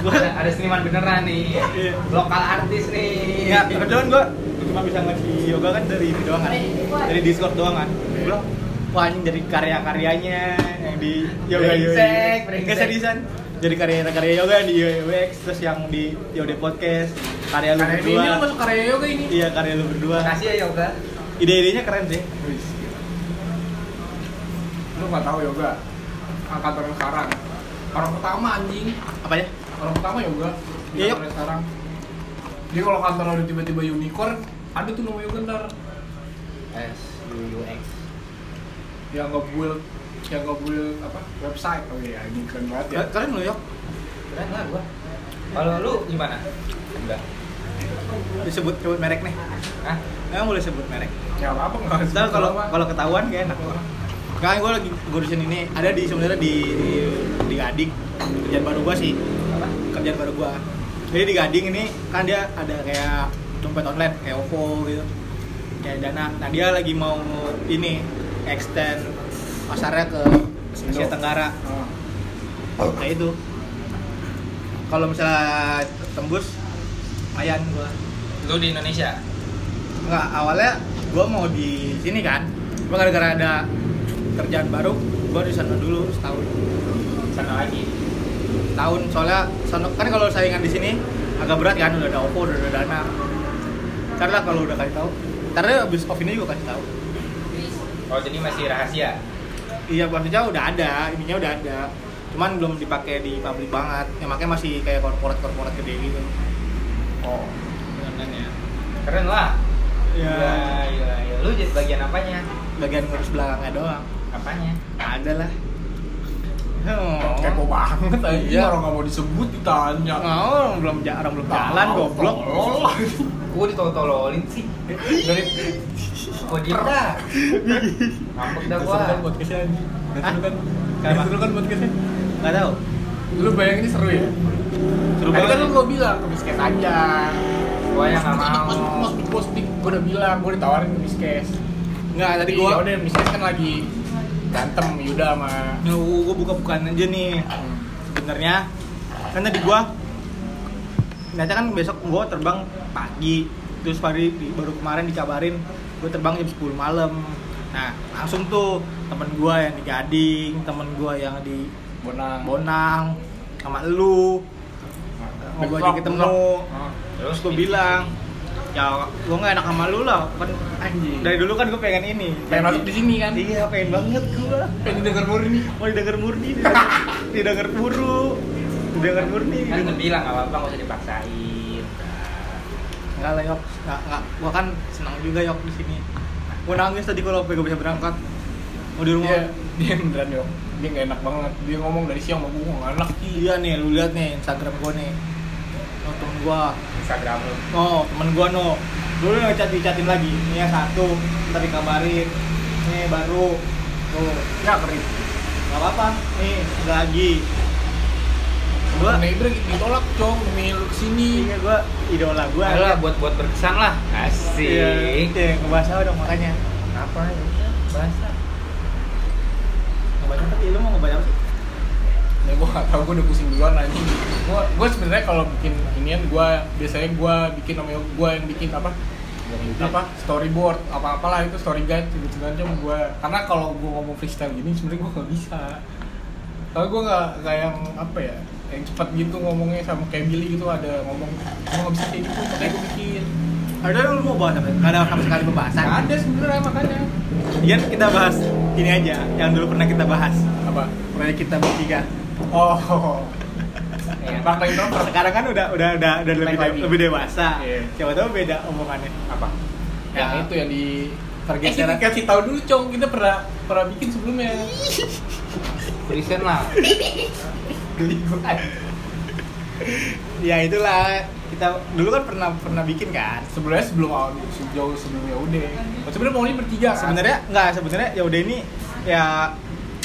[SPEAKER 3] Gua-
[SPEAKER 4] ada, ada seniman beneran nih
[SPEAKER 3] Iya.
[SPEAKER 4] lokal artis nih
[SPEAKER 3] Ya, kebetulan gua cuma bisa ngaji yoga kan dari ini doang kan.
[SPEAKER 2] Iya.
[SPEAKER 3] Dari Discord doang kan. Gua bilang, wah ini dari karya-karyanya yang di
[SPEAKER 2] Iya,
[SPEAKER 3] yoga
[SPEAKER 4] Brengsek, brengsek.
[SPEAKER 3] Enggak seriusan. Jadi karya-karya yoga yang di UX terus yang di Yode Podcast, karya lu
[SPEAKER 2] karya Nah, ini
[SPEAKER 3] berdua.
[SPEAKER 2] ini lu masuk Nah. karya yoga ini
[SPEAKER 3] Iya, karya lu berdua.
[SPEAKER 4] makasih ya yoga
[SPEAKER 3] Ide-idenya keren sih.
[SPEAKER 2] Wis. lu nggak tahu yoga angkatan sekarang orang pertama anjing
[SPEAKER 3] Apanya?
[SPEAKER 2] orang pertama yoga di
[SPEAKER 3] Iya,
[SPEAKER 2] kantor sekarang dia kalau kantor udah tiba-tiba unicorn ada tuh nama yoga ntar
[SPEAKER 4] S U U X
[SPEAKER 2] yang nge-build yang nge-build apa website oh iya ini keren banget ya
[SPEAKER 3] Keren lu, Yok.
[SPEAKER 4] keren lah gua kalau lu gimana enggak
[SPEAKER 3] Disebut sebut merek nih.
[SPEAKER 4] ah
[SPEAKER 3] Emang boleh sebut merek.
[SPEAKER 2] ya apa nggak harus
[SPEAKER 3] Ntar kalau
[SPEAKER 2] apa.
[SPEAKER 3] kalau ketahuan gak enak gua. Kan gue lagi ngurusin ini ada di sebenarnya di, di di Gading kerjaan baru gua sih
[SPEAKER 4] apa
[SPEAKER 3] kerjaan baru gua. Jadi di Gading ini kan dia ada kayak dompet online kayak OVO gitu. Kayak Dana. Nah, dia lagi mau ini extend pasarnya ke Asia
[SPEAKER 2] Indo.
[SPEAKER 3] Tenggara.
[SPEAKER 2] Ah.
[SPEAKER 3] Nah, itu. Kalau misalnya tembus lumayan gua.
[SPEAKER 4] lu di Indonesia
[SPEAKER 3] Enggak, awalnya gua mau di sini kan. Cuma gara-gara ada kerjaan baru, gua di sana dulu setahun.
[SPEAKER 4] sana lagi
[SPEAKER 3] Tahun soalnya sana- kan kalau saingan di sini agak berat kan, udah ada Oppo, udah ada Dana. Karena kalau udah kasih tahu, karena abis off ini juga kasih tahu.
[SPEAKER 4] oh jadi masih rahasia
[SPEAKER 3] Iya, maksudnya udah ada, ininya udah ada. Cuman belum dipakai di publik banget. Yang makanya masih kayak korporat-korporat gede gitu.
[SPEAKER 2] oh
[SPEAKER 4] keren ya keren lah
[SPEAKER 3] Iya.
[SPEAKER 2] Iya.
[SPEAKER 4] Gila, gila, gila. lu jadi bagian apanya
[SPEAKER 3] bagian ngurus belakangnya doang.
[SPEAKER 4] apanya
[SPEAKER 3] Nggak ada lah. Hmm.
[SPEAKER 2] kepo banget aja
[SPEAKER 3] Iya.
[SPEAKER 2] orang nggak mau disebut ditanya
[SPEAKER 3] Mau orang belum ja- orang belum jalan Oh, goblok.
[SPEAKER 2] tolol.
[SPEAKER 4] gua ditolol-tololin sih dari kok dia dah ngambek dah
[SPEAKER 2] Nggak
[SPEAKER 4] gua
[SPEAKER 2] seru kan buat kesnya anjing Nggak seru kan
[SPEAKER 3] Kenapa?
[SPEAKER 2] Nggak seru kan buat kesnya
[SPEAKER 3] Enggak tahu.
[SPEAKER 2] lu bayangin ini seru ya
[SPEAKER 3] Seru
[SPEAKER 2] tadi
[SPEAKER 3] banget.
[SPEAKER 2] kan lu gua bilang ke misket aja
[SPEAKER 4] gua yang nggak
[SPEAKER 2] Mas, mas,
[SPEAKER 4] mau
[SPEAKER 2] mas, mas, mas, gua udah bilang gua ditawarin ke miskes
[SPEAKER 3] Enggak, Nah, tadi
[SPEAKER 2] tadi
[SPEAKER 3] gua
[SPEAKER 2] gua udah miskes kan lagi berantem Yuda sama
[SPEAKER 3] Nah, gua gua buka-bukaan aja nih. Sebenarnya kan tadi gua ternyata kan besok gua terbang pagi. Terus hari di- baru kemarin dikabarin gua terbang jam 10 malam. Nah, langsung tuh temen gua yang di Gading, temen gua yang di
[SPEAKER 2] Bonang
[SPEAKER 3] Bonang, sama lu
[SPEAKER 2] Nah,
[SPEAKER 3] mau gua aja
[SPEAKER 2] Bentrok,
[SPEAKER 3] ketemu.
[SPEAKER 2] bentrok.
[SPEAKER 3] Terus gua bilang, ya gua nggak enak sama lu lah. Kan
[SPEAKER 2] anjing
[SPEAKER 3] dari dulu kan gua pengen ini.
[SPEAKER 2] pengen masuk di sini kan
[SPEAKER 3] Iya, pengen banget gua.
[SPEAKER 2] pengen denger murni
[SPEAKER 3] Mau didengar murni, didengar, [laughs] didengar puru, didengar murni.
[SPEAKER 4] kan gua bilang nggak apa-apa nggak usah dipaksain
[SPEAKER 3] Enggak lah yok, enggak enggak. Gua kan senang juga yok di sini. Gua nangis tadi kalau gue bisa berangkat. Mau di rumah.
[SPEAKER 2] dia Iya, dia beneran yo dia gak enak banget dia ngomong dari siang sama gua gak enak
[SPEAKER 3] Iya nih, lu lihat nih Instagram gua nih. Oh, temen gua.
[SPEAKER 4] Instagram lu
[SPEAKER 3] Oh, temen gua no. Dulu ngecat dicatin lagi. Ini yang satu, tadi kabarin. Ini baru. Tuh,
[SPEAKER 2] ya keren
[SPEAKER 3] enggak apa-apa. Nih, ada lagi. Gua
[SPEAKER 2] neighbor ditolak cong demi lu kesini
[SPEAKER 3] Iya, gua idola gua.
[SPEAKER 4] adalah buat buat berkesan lah asik
[SPEAKER 3] Iya, ke bahasa dong makanya.
[SPEAKER 4] apa ya bahasa
[SPEAKER 3] Ngebaca tapi lu mau ngebaca apa sih?
[SPEAKER 2] ya gua gak tau gua udah pusing duluan anjing gua gua sebenarnya kalau bikin inian gua biasanya gua bikin namanya gua yang bikin apa
[SPEAKER 4] Iya.
[SPEAKER 2] apa storyboard apa apalah itu story guide gitu aja sama gua karena kalau gua ngomong freestyle gini sebenarnya gua gak bisa kalau gua gak gak yang apa ya yang cepat gitu ngomongnya sama kayak Billy gitu ada ngomong gua gak bisa kayak gitu makanya gua bikin
[SPEAKER 3] Ada lu mau bahas apa? Gak ada sama sekali pembahasan.
[SPEAKER 2] Gak ada sebenarnya makanya
[SPEAKER 3] Iya, kita bahas ini aja yang dulu pernah kita bahas.
[SPEAKER 2] apa
[SPEAKER 3] Proyek kita bertiga.
[SPEAKER 2] oh
[SPEAKER 4] Ya.
[SPEAKER 2] fakta introvert
[SPEAKER 3] Sekarang kan udah udah udah, udah lebih
[SPEAKER 4] Baik lagi.
[SPEAKER 3] lebih dewasa.
[SPEAKER 2] Iya.
[SPEAKER 3] Siapa tahu beda omongannya.
[SPEAKER 4] apa
[SPEAKER 2] yang
[SPEAKER 3] Ya.
[SPEAKER 2] itu yang di
[SPEAKER 3] Pergeseran.
[SPEAKER 2] Eh, kita kasih tahu dulu cong kita pernah pernah bikin sebelumnya
[SPEAKER 4] present lah
[SPEAKER 2] geli gue
[SPEAKER 3] Ya itulah kita dulu kan pernah pernah bikin kan.
[SPEAKER 2] sebenarnya sebelum awal sejauh sebelumnya ya udah sebenarnya mau ini bertiga kan?
[SPEAKER 3] Sebenarnya nggak sebenarnya ya udah ini ya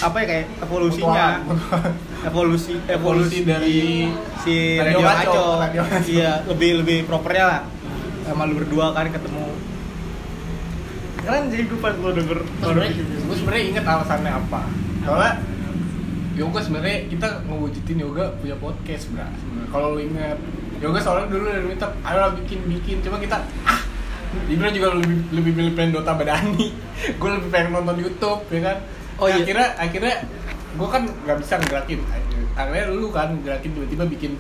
[SPEAKER 3] apa ya kayak evolusinya
[SPEAKER 2] Mutualan.
[SPEAKER 3] evolusi
[SPEAKER 2] evolusi
[SPEAKER 3] evolusi
[SPEAKER 2] dari
[SPEAKER 3] si Iya,
[SPEAKER 2] Radio
[SPEAKER 3] Radio
[SPEAKER 2] Aco.
[SPEAKER 3] Aco.
[SPEAKER 2] Radio Aco.
[SPEAKER 3] Iya, lebih lebih propernya lah. Sama lu berdua kan ketemu. Keren jadi gue pas lo denger
[SPEAKER 2] sebenarnya gue sebenarnya inget alasannya apa soalnya yoga sebenarnya kita ngewujudin yoga punya podcast bra sebenarnya. kalau lo inget yoga soalnya dulu dari minta ayo lah bikin bikin cuma kita ah Ibra juga lebih lebih milih pengen Dota [laughs] Badani gue lebih pengen nonton YouTube ya kan
[SPEAKER 3] Oh, iya.
[SPEAKER 2] akhirnya akhirnya gue kan nggak bisa ngerakin akhirnya lu kan ngerakin tiba-tiba bikin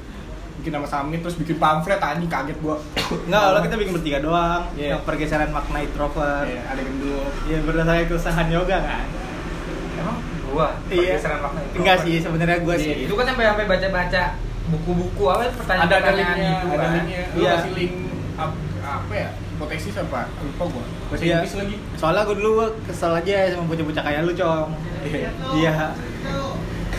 [SPEAKER 2] bikin nama summit terus bikin pamflet anjing kaget gue
[SPEAKER 3] Enggak, kalau kita bikin bertiga doang
[SPEAKER 2] Iya.
[SPEAKER 3] Yang pergeseran makna introvert
[SPEAKER 2] Iya, ada Nah, gendut
[SPEAKER 3] Ya berdasarkan keresahan yoga kan
[SPEAKER 4] Emang gua
[SPEAKER 3] Iya.
[SPEAKER 4] pergeseran makna itu.
[SPEAKER 3] Enggak
[SPEAKER 4] apa?
[SPEAKER 3] sih, sebenarnya gue sih
[SPEAKER 2] Iya,
[SPEAKER 4] Itu kan sampai sampai baca-baca buku-buku apa ya, gitu, pertanyaan
[SPEAKER 2] ada ada linknya
[SPEAKER 4] kan.
[SPEAKER 2] ada linknya lu
[SPEAKER 3] Iya.
[SPEAKER 2] kasih link ap- apa ya hipotesis apa lupa gua bahasa
[SPEAKER 3] Iya.
[SPEAKER 2] Inggris lagi
[SPEAKER 3] Soalnya gue dulu kesel aja sama bocah-bocah kayak lu, Cong Iya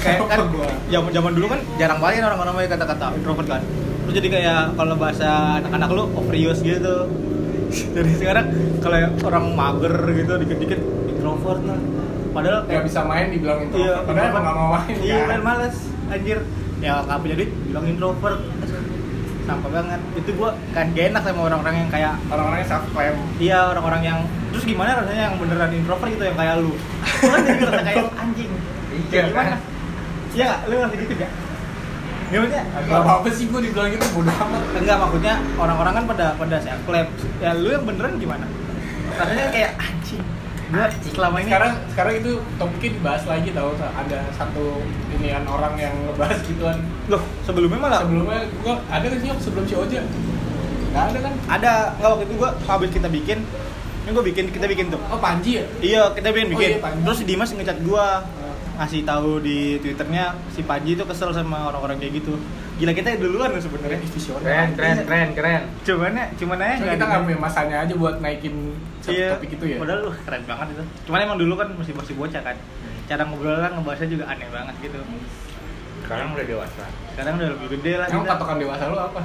[SPEAKER 3] Kayak kan
[SPEAKER 2] Gua.
[SPEAKER 3] zaman zaman dulu kan jarang banget kan orang-orang pakai kata-kata introvert kan Terus jadi kayak kalau bahasa anak-anak lu overuse gitu Jadi sekarang kalau orang mager gitu dikit-dikit introvert lah Padahal
[SPEAKER 2] nggak bisa main dibilang itu
[SPEAKER 3] Iya,
[SPEAKER 2] padahal emang nggak mau main
[SPEAKER 3] Iya,
[SPEAKER 2] kan
[SPEAKER 3] kan males anjir. Ya nggak punya duit, bilang introvert. Sampah banget. Itu gua kan gak enak sama orang-orang yang kayak
[SPEAKER 2] orang-orangnya self claim
[SPEAKER 3] iya orang-orang yang terus gimana rasanya yang beneran introvert gitu yang kayak lu. Lu kan jadi ngerasa
[SPEAKER 2] [laughs]
[SPEAKER 3] kayak anjing.
[SPEAKER 4] Iya,
[SPEAKER 3] gimana?
[SPEAKER 4] gimana?
[SPEAKER 3] Iya, nggak? lu ngerasa gitu gak? Gimana?
[SPEAKER 2] nggak apa apa sih gua dibilang gitu bodoh amat
[SPEAKER 3] Enggak, maksudnya orang-orang kan pada pada self clap. Ya lu yang beneran gimana? Rasanya kayak anjing. Gua selama ini
[SPEAKER 2] sekarang sekarang itu topiknya dibahas lagi tau Sa. ada satu inian orang yang ngebahas gituan
[SPEAKER 3] loh sebelumnya malah
[SPEAKER 2] sebelumnya gua ada kan nyok sebelum si Oja nggak ada kan
[SPEAKER 3] ada nggak waktu itu gua habis kita bikin ini gua bikin kita bikin tuh
[SPEAKER 2] oh Panji ya
[SPEAKER 3] iya kita bikin
[SPEAKER 2] Oh,
[SPEAKER 3] bikin
[SPEAKER 2] iya, Panji.
[SPEAKER 3] terus Dimas ngecat gua ngasih tahu di twitternya si Panji tuh kesel sama orang-orang kayak gitu gila kita duluan loh sebenarnya
[SPEAKER 4] Keren, keren, keren, keren.
[SPEAKER 3] cuman ya cuman aja
[SPEAKER 2] Cuma
[SPEAKER 3] nggak
[SPEAKER 2] kita
[SPEAKER 3] ada-
[SPEAKER 2] nggak punya masanya aja buat naikin satu
[SPEAKER 3] iya
[SPEAKER 2] topik itu ya
[SPEAKER 3] padahal lu keren banget itu cuman emang dulu kan masih masih bocah kan cara ngobrolnya ngebahasnya juga aneh banget gitu
[SPEAKER 4] Sekarang udah dewasa.
[SPEAKER 3] sekarang udah lebih gede lah
[SPEAKER 2] Emang
[SPEAKER 3] kita
[SPEAKER 2] patokan dewasa lu apa?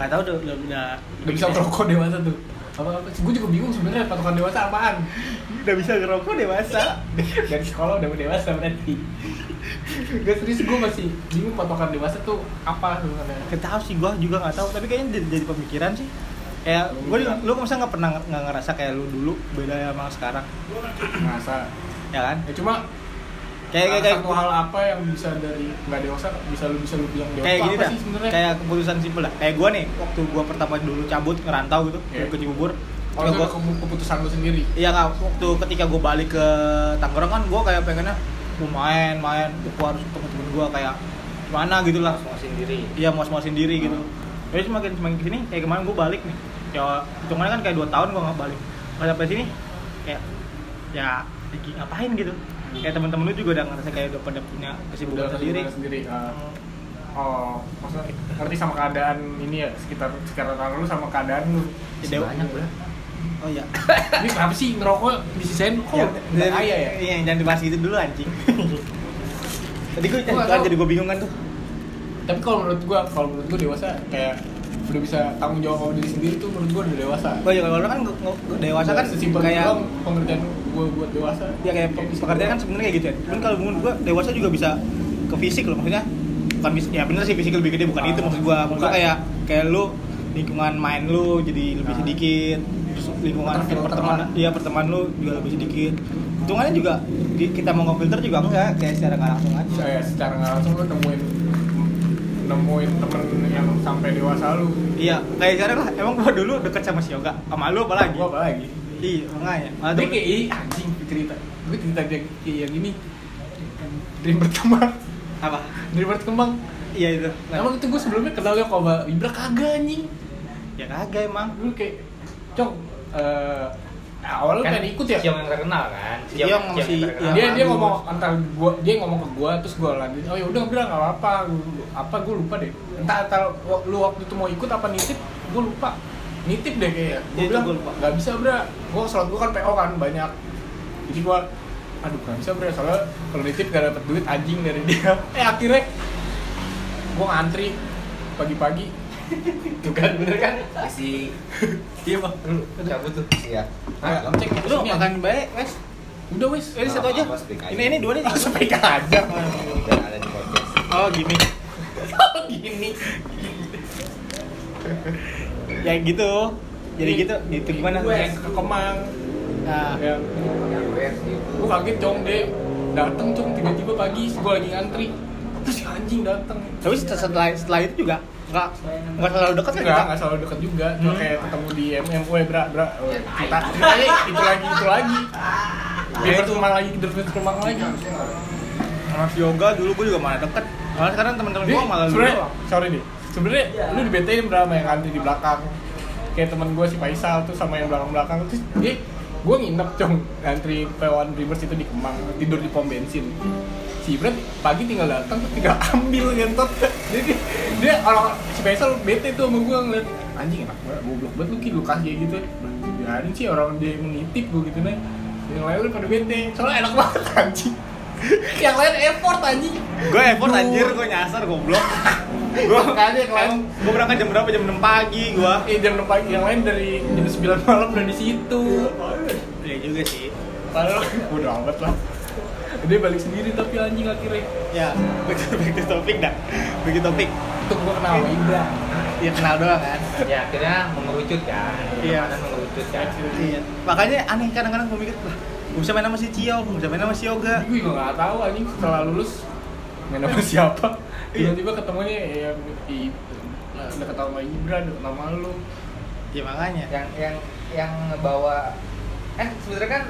[SPEAKER 3] nggak tahu udah udah udah,
[SPEAKER 2] Udah bisa ngerokok dewasa tuh. Apa apa? Gue juga bingung sebenarnya patokan dewasa apaan. [laughs]
[SPEAKER 3] udah bisa ngerokok dewasa
[SPEAKER 2] Dari sekolah udah dewasa berarti. Gak serius gue masih bingung patokan dewasa tuh apa sebenarnya.
[SPEAKER 3] Gak tahu sih gua juga nggak tahu tapi kayaknya jadi, jadi pemikiran sih kayak gua juga- lu masa nggak pernah nggak ngerasa kayak lu dulu beda sama sekarang
[SPEAKER 2] Masa.
[SPEAKER 3] ya kan
[SPEAKER 2] Ya cuma
[SPEAKER 3] kayak kayak kayak
[SPEAKER 2] satu hal apa yang bisa dari nggak dewasa bisa lu bisa lu bilang dewasa
[SPEAKER 3] kayak
[SPEAKER 2] apa
[SPEAKER 3] gini dah
[SPEAKER 2] sih sebenarnya?
[SPEAKER 3] kayak keputusan simpel lah kayak gua nih waktu gua pertama dulu cabut ngerantau gitu
[SPEAKER 2] Iya.
[SPEAKER 3] ke Cibubur
[SPEAKER 2] Kalau
[SPEAKER 3] kalau gua
[SPEAKER 2] itu kepu- keputusan lu sendiri.
[SPEAKER 3] iya kan waktu ketika gua balik ke Tangerang kan gua kayak pengennya mau main main gua harus ketemu temen gua kayak mana gitu lah
[SPEAKER 4] Semua sendiri.
[SPEAKER 3] iya mos-mosin diri gitu
[SPEAKER 2] Hmm.
[SPEAKER 3] jadi semakin semakin kesini kayak kemarin gue balik nih ya hitungannya kan kayak 2 tahun gue nggak balik pas sampai sini kayak ya lagi ngapain gitu kayak temen-temen lu juga udah ngerasa kayak udah pada punya kesibukan
[SPEAKER 2] Hmm. Udah
[SPEAKER 3] sendiri
[SPEAKER 2] kesibukan sendiri. ah. oh, maksudnya ngerti sama keadaan ini ya sekitar sekitar lu sama keadaan lu.
[SPEAKER 3] Ya,
[SPEAKER 4] Masih
[SPEAKER 3] Dewa.
[SPEAKER 4] banyak udah.
[SPEAKER 3] oh iya
[SPEAKER 2] Ini kenapa sih ngerokok disisain kok?
[SPEAKER 3] Ya,
[SPEAKER 2] Nggak kaya ya?
[SPEAKER 3] iya jangan dibahas gitu dulu anjing
[SPEAKER 2] [laughs]
[SPEAKER 3] tadi gue
[SPEAKER 2] Gua nggak tahu.
[SPEAKER 3] jadi gue bingung kan tuh
[SPEAKER 2] tapi kalau menurut gua kalau menurut gua dewasa kayak udah bisa tanggung jawab sama diri sendiri tuh menurut gua udah dewasa
[SPEAKER 3] oh iya kalau orang kan nge- nge- dewasa kan
[SPEAKER 2] sesimpel
[SPEAKER 3] kayak
[SPEAKER 2] doang pengerjaan gua buat dewasa
[SPEAKER 3] ya kayak pe- pekerjaan kan sebenarnya kayak gitu ya cuman kalau menurut gua dewasa juga bisa ke fisik loh maksudnya bukan bis- ya bener sih fisik lebih gede bukan
[SPEAKER 2] Ah,
[SPEAKER 3] itu maksud gua maksud gua
[SPEAKER 2] bukan.
[SPEAKER 3] kayak kayak lu lingkungan main lu jadi lebih
[SPEAKER 2] Ah.
[SPEAKER 3] sedikit terus lingkungan
[SPEAKER 2] Terfilter
[SPEAKER 3] pertemanan
[SPEAKER 2] lah.
[SPEAKER 3] iya pertemanan lu juga lebih sedikit hitungannya juga di- kita mau ngefilter juga enggak kayak secara nggak langsung aja
[SPEAKER 2] saya ya, secara nggak langsung lu nemuin nemuin temen yang sampai dewasa lu
[SPEAKER 3] iya kayak sekarang lah emang gua dulu deket sama si Yoga sama lu apalagi
[SPEAKER 2] gua apa lagi
[SPEAKER 3] iya makanya Malah
[SPEAKER 2] tapi
[SPEAKER 3] temen-
[SPEAKER 2] kayak ih, anjing cerita gua cerita dia kayak yang ini dream berkembang [laughs]
[SPEAKER 3] apa
[SPEAKER 2] dream berkembang Nah,
[SPEAKER 3] iya itu
[SPEAKER 2] emang itu gua sebelumnya kenal ya kok mbak Ibra kagak anjing
[SPEAKER 3] ya kagak emang
[SPEAKER 2] dulu kayak cong eh awalnya
[SPEAKER 4] Kan
[SPEAKER 2] pengen ikut ya
[SPEAKER 4] Siang yang terkenal kan.
[SPEAKER 3] Siang
[SPEAKER 4] yang
[SPEAKER 3] masih-
[SPEAKER 4] terkenal.
[SPEAKER 2] Iya. dia dia
[SPEAKER 3] Bagus.
[SPEAKER 2] ngomong antar gua dia ngomong ke gua terus gua lanjut oh ya udah bilang nggak apa apa gua lupa deh entah antara wa- lu waktu itu mau ikut apa nitip gua lupa nitip deh kayaknya
[SPEAKER 3] Iya,
[SPEAKER 2] gua
[SPEAKER 3] itu
[SPEAKER 2] bilang
[SPEAKER 3] gua lupa.
[SPEAKER 2] nggak bisa bra gua slot gua kan PO kan banyak jadi gua aduh nggak bisa bra soalnya kalau nitip gak dapet duit anjing dari dia [laughs] eh
[SPEAKER 3] Ya,
[SPEAKER 2] akhirnya gua ngantri pagi-pagi
[SPEAKER 4] Tuh kan bener kan? Si
[SPEAKER 3] iya bang
[SPEAKER 4] lu cabut tuh. Iya.
[SPEAKER 2] Nah,
[SPEAKER 4] Hah?
[SPEAKER 2] lonceng
[SPEAKER 3] lu
[SPEAKER 2] maksudnya.
[SPEAKER 3] makan baik wes
[SPEAKER 2] udah
[SPEAKER 4] [laughs]
[SPEAKER 2] wes
[SPEAKER 3] ini satu Nah, aja
[SPEAKER 4] Apa, speak aja.
[SPEAKER 3] ini ini dua nih
[SPEAKER 2] Oh, sepeda aja
[SPEAKER 4] Dan ada di podcast.
[SPEAKER 3] oh gini
[SPEAKER 2] gini
[SPEAKER 3] ya gitu jadi gitu gitu gimana
[SPEAKER 2] gue ke Kemang
[SPEAKER 3] Nah,
[SPEAKER 2] ya
[SPEAKER 4] US itu
[SPEAKER 2] gue kaget dong deh dateng cung tiba-tiba pagi gue lagi ngantri terus si anjing dateng
[SPEAKER 3] tapi setelah setelah itu juga nggak nggak selalu dekat kan
[SPEAKER 2] Enggak,
[SPEAKER 3] kita?
[SPEAKER 2] enggak selalu deket juga Cuma
[SPEAKER 3] Hmm. Oh,
[SPEAKER 2] kayak ketemu di MM, weh bra, bra eh, Kita, ceritanya itu lagi, itu lagi
[SPEAKER 3] Ah.
[SPEAKER 2] Dia berkembang lagi, berkembang lagi
[SPEAKER 3] Mas Yoga dulu gue juga malah deket malah sekarang teman-teman
[SPEAKER 2] Dia
[SPEAKER 3] gue malah lu
[SPEAKER 2] sebenernya,
[SPEAKER 3] doang.
[SPEAKER 2] sorry deh Sebenernya lu di BT berapa yang ngantri di belakang Kayak temen gue si Faisal tuh sama yang belakang-belakang Terus dia, gue nginep cong ngantri P1 Rivers itu di Kemang Tidur di pom bensin si Ibran pagi tinggal datang tuh tinggal [laughs] ambil ngentot jadi dia orang si Faisal bete tuh sama gue ngeliat anjing enak banget goblok banget lu ki lu kasih kayak gitu biarin sih orang dia menitip gue gitu nih yang lain lu pada bete soalnya enak banget [laughs] anjing yang lain effort anjing
[SPEAKER 3] gue effort
[SPEAKER 2] Duh.
[SPEAKER 3] anjir gue nyasar goblok gue
[SPEAKER 2] Makanya kalau-
[SPEAKER 3] gue berangkat jam berapa jam 6 pagi gue
[SPEAKER 2] eh, jam 6 pagi yang lain dari jam 9 malam udah di situ
[SPEAKER 3] iya juga sih
[SPEAKER 2] padahal udah amat lah dia balik sendiri tapi anjing akhirnya
[SPEAKER 3] ya [laughs] back to, back to topic dah back to topik
[SPEAKER 2] itu gue kenal sama Ibra
[SPEAKER 3] ya kenal doang kan
[SPEAKER 4] ya akhirnya mengerucut kan
[SPEAKER 3] Iya.
[SPEAKER 4] pertemanan mengerucut kan
[SPEAKER 3] iya makanya aneh kadang-kadang gue mikir lah gue bisa main sama si Cio gue bisa main sama si Yoga
[SPEAKER 2] gue juga nggak tahu anjing setelah lulus main sama siapa tiba-tiba ketemunya ya i- i- deket sama Ibra deket sama lu
[SPEAKER 3] ya makanya
[SPEAKER 4] yang yang yang ngebawa eh sebenarnya kan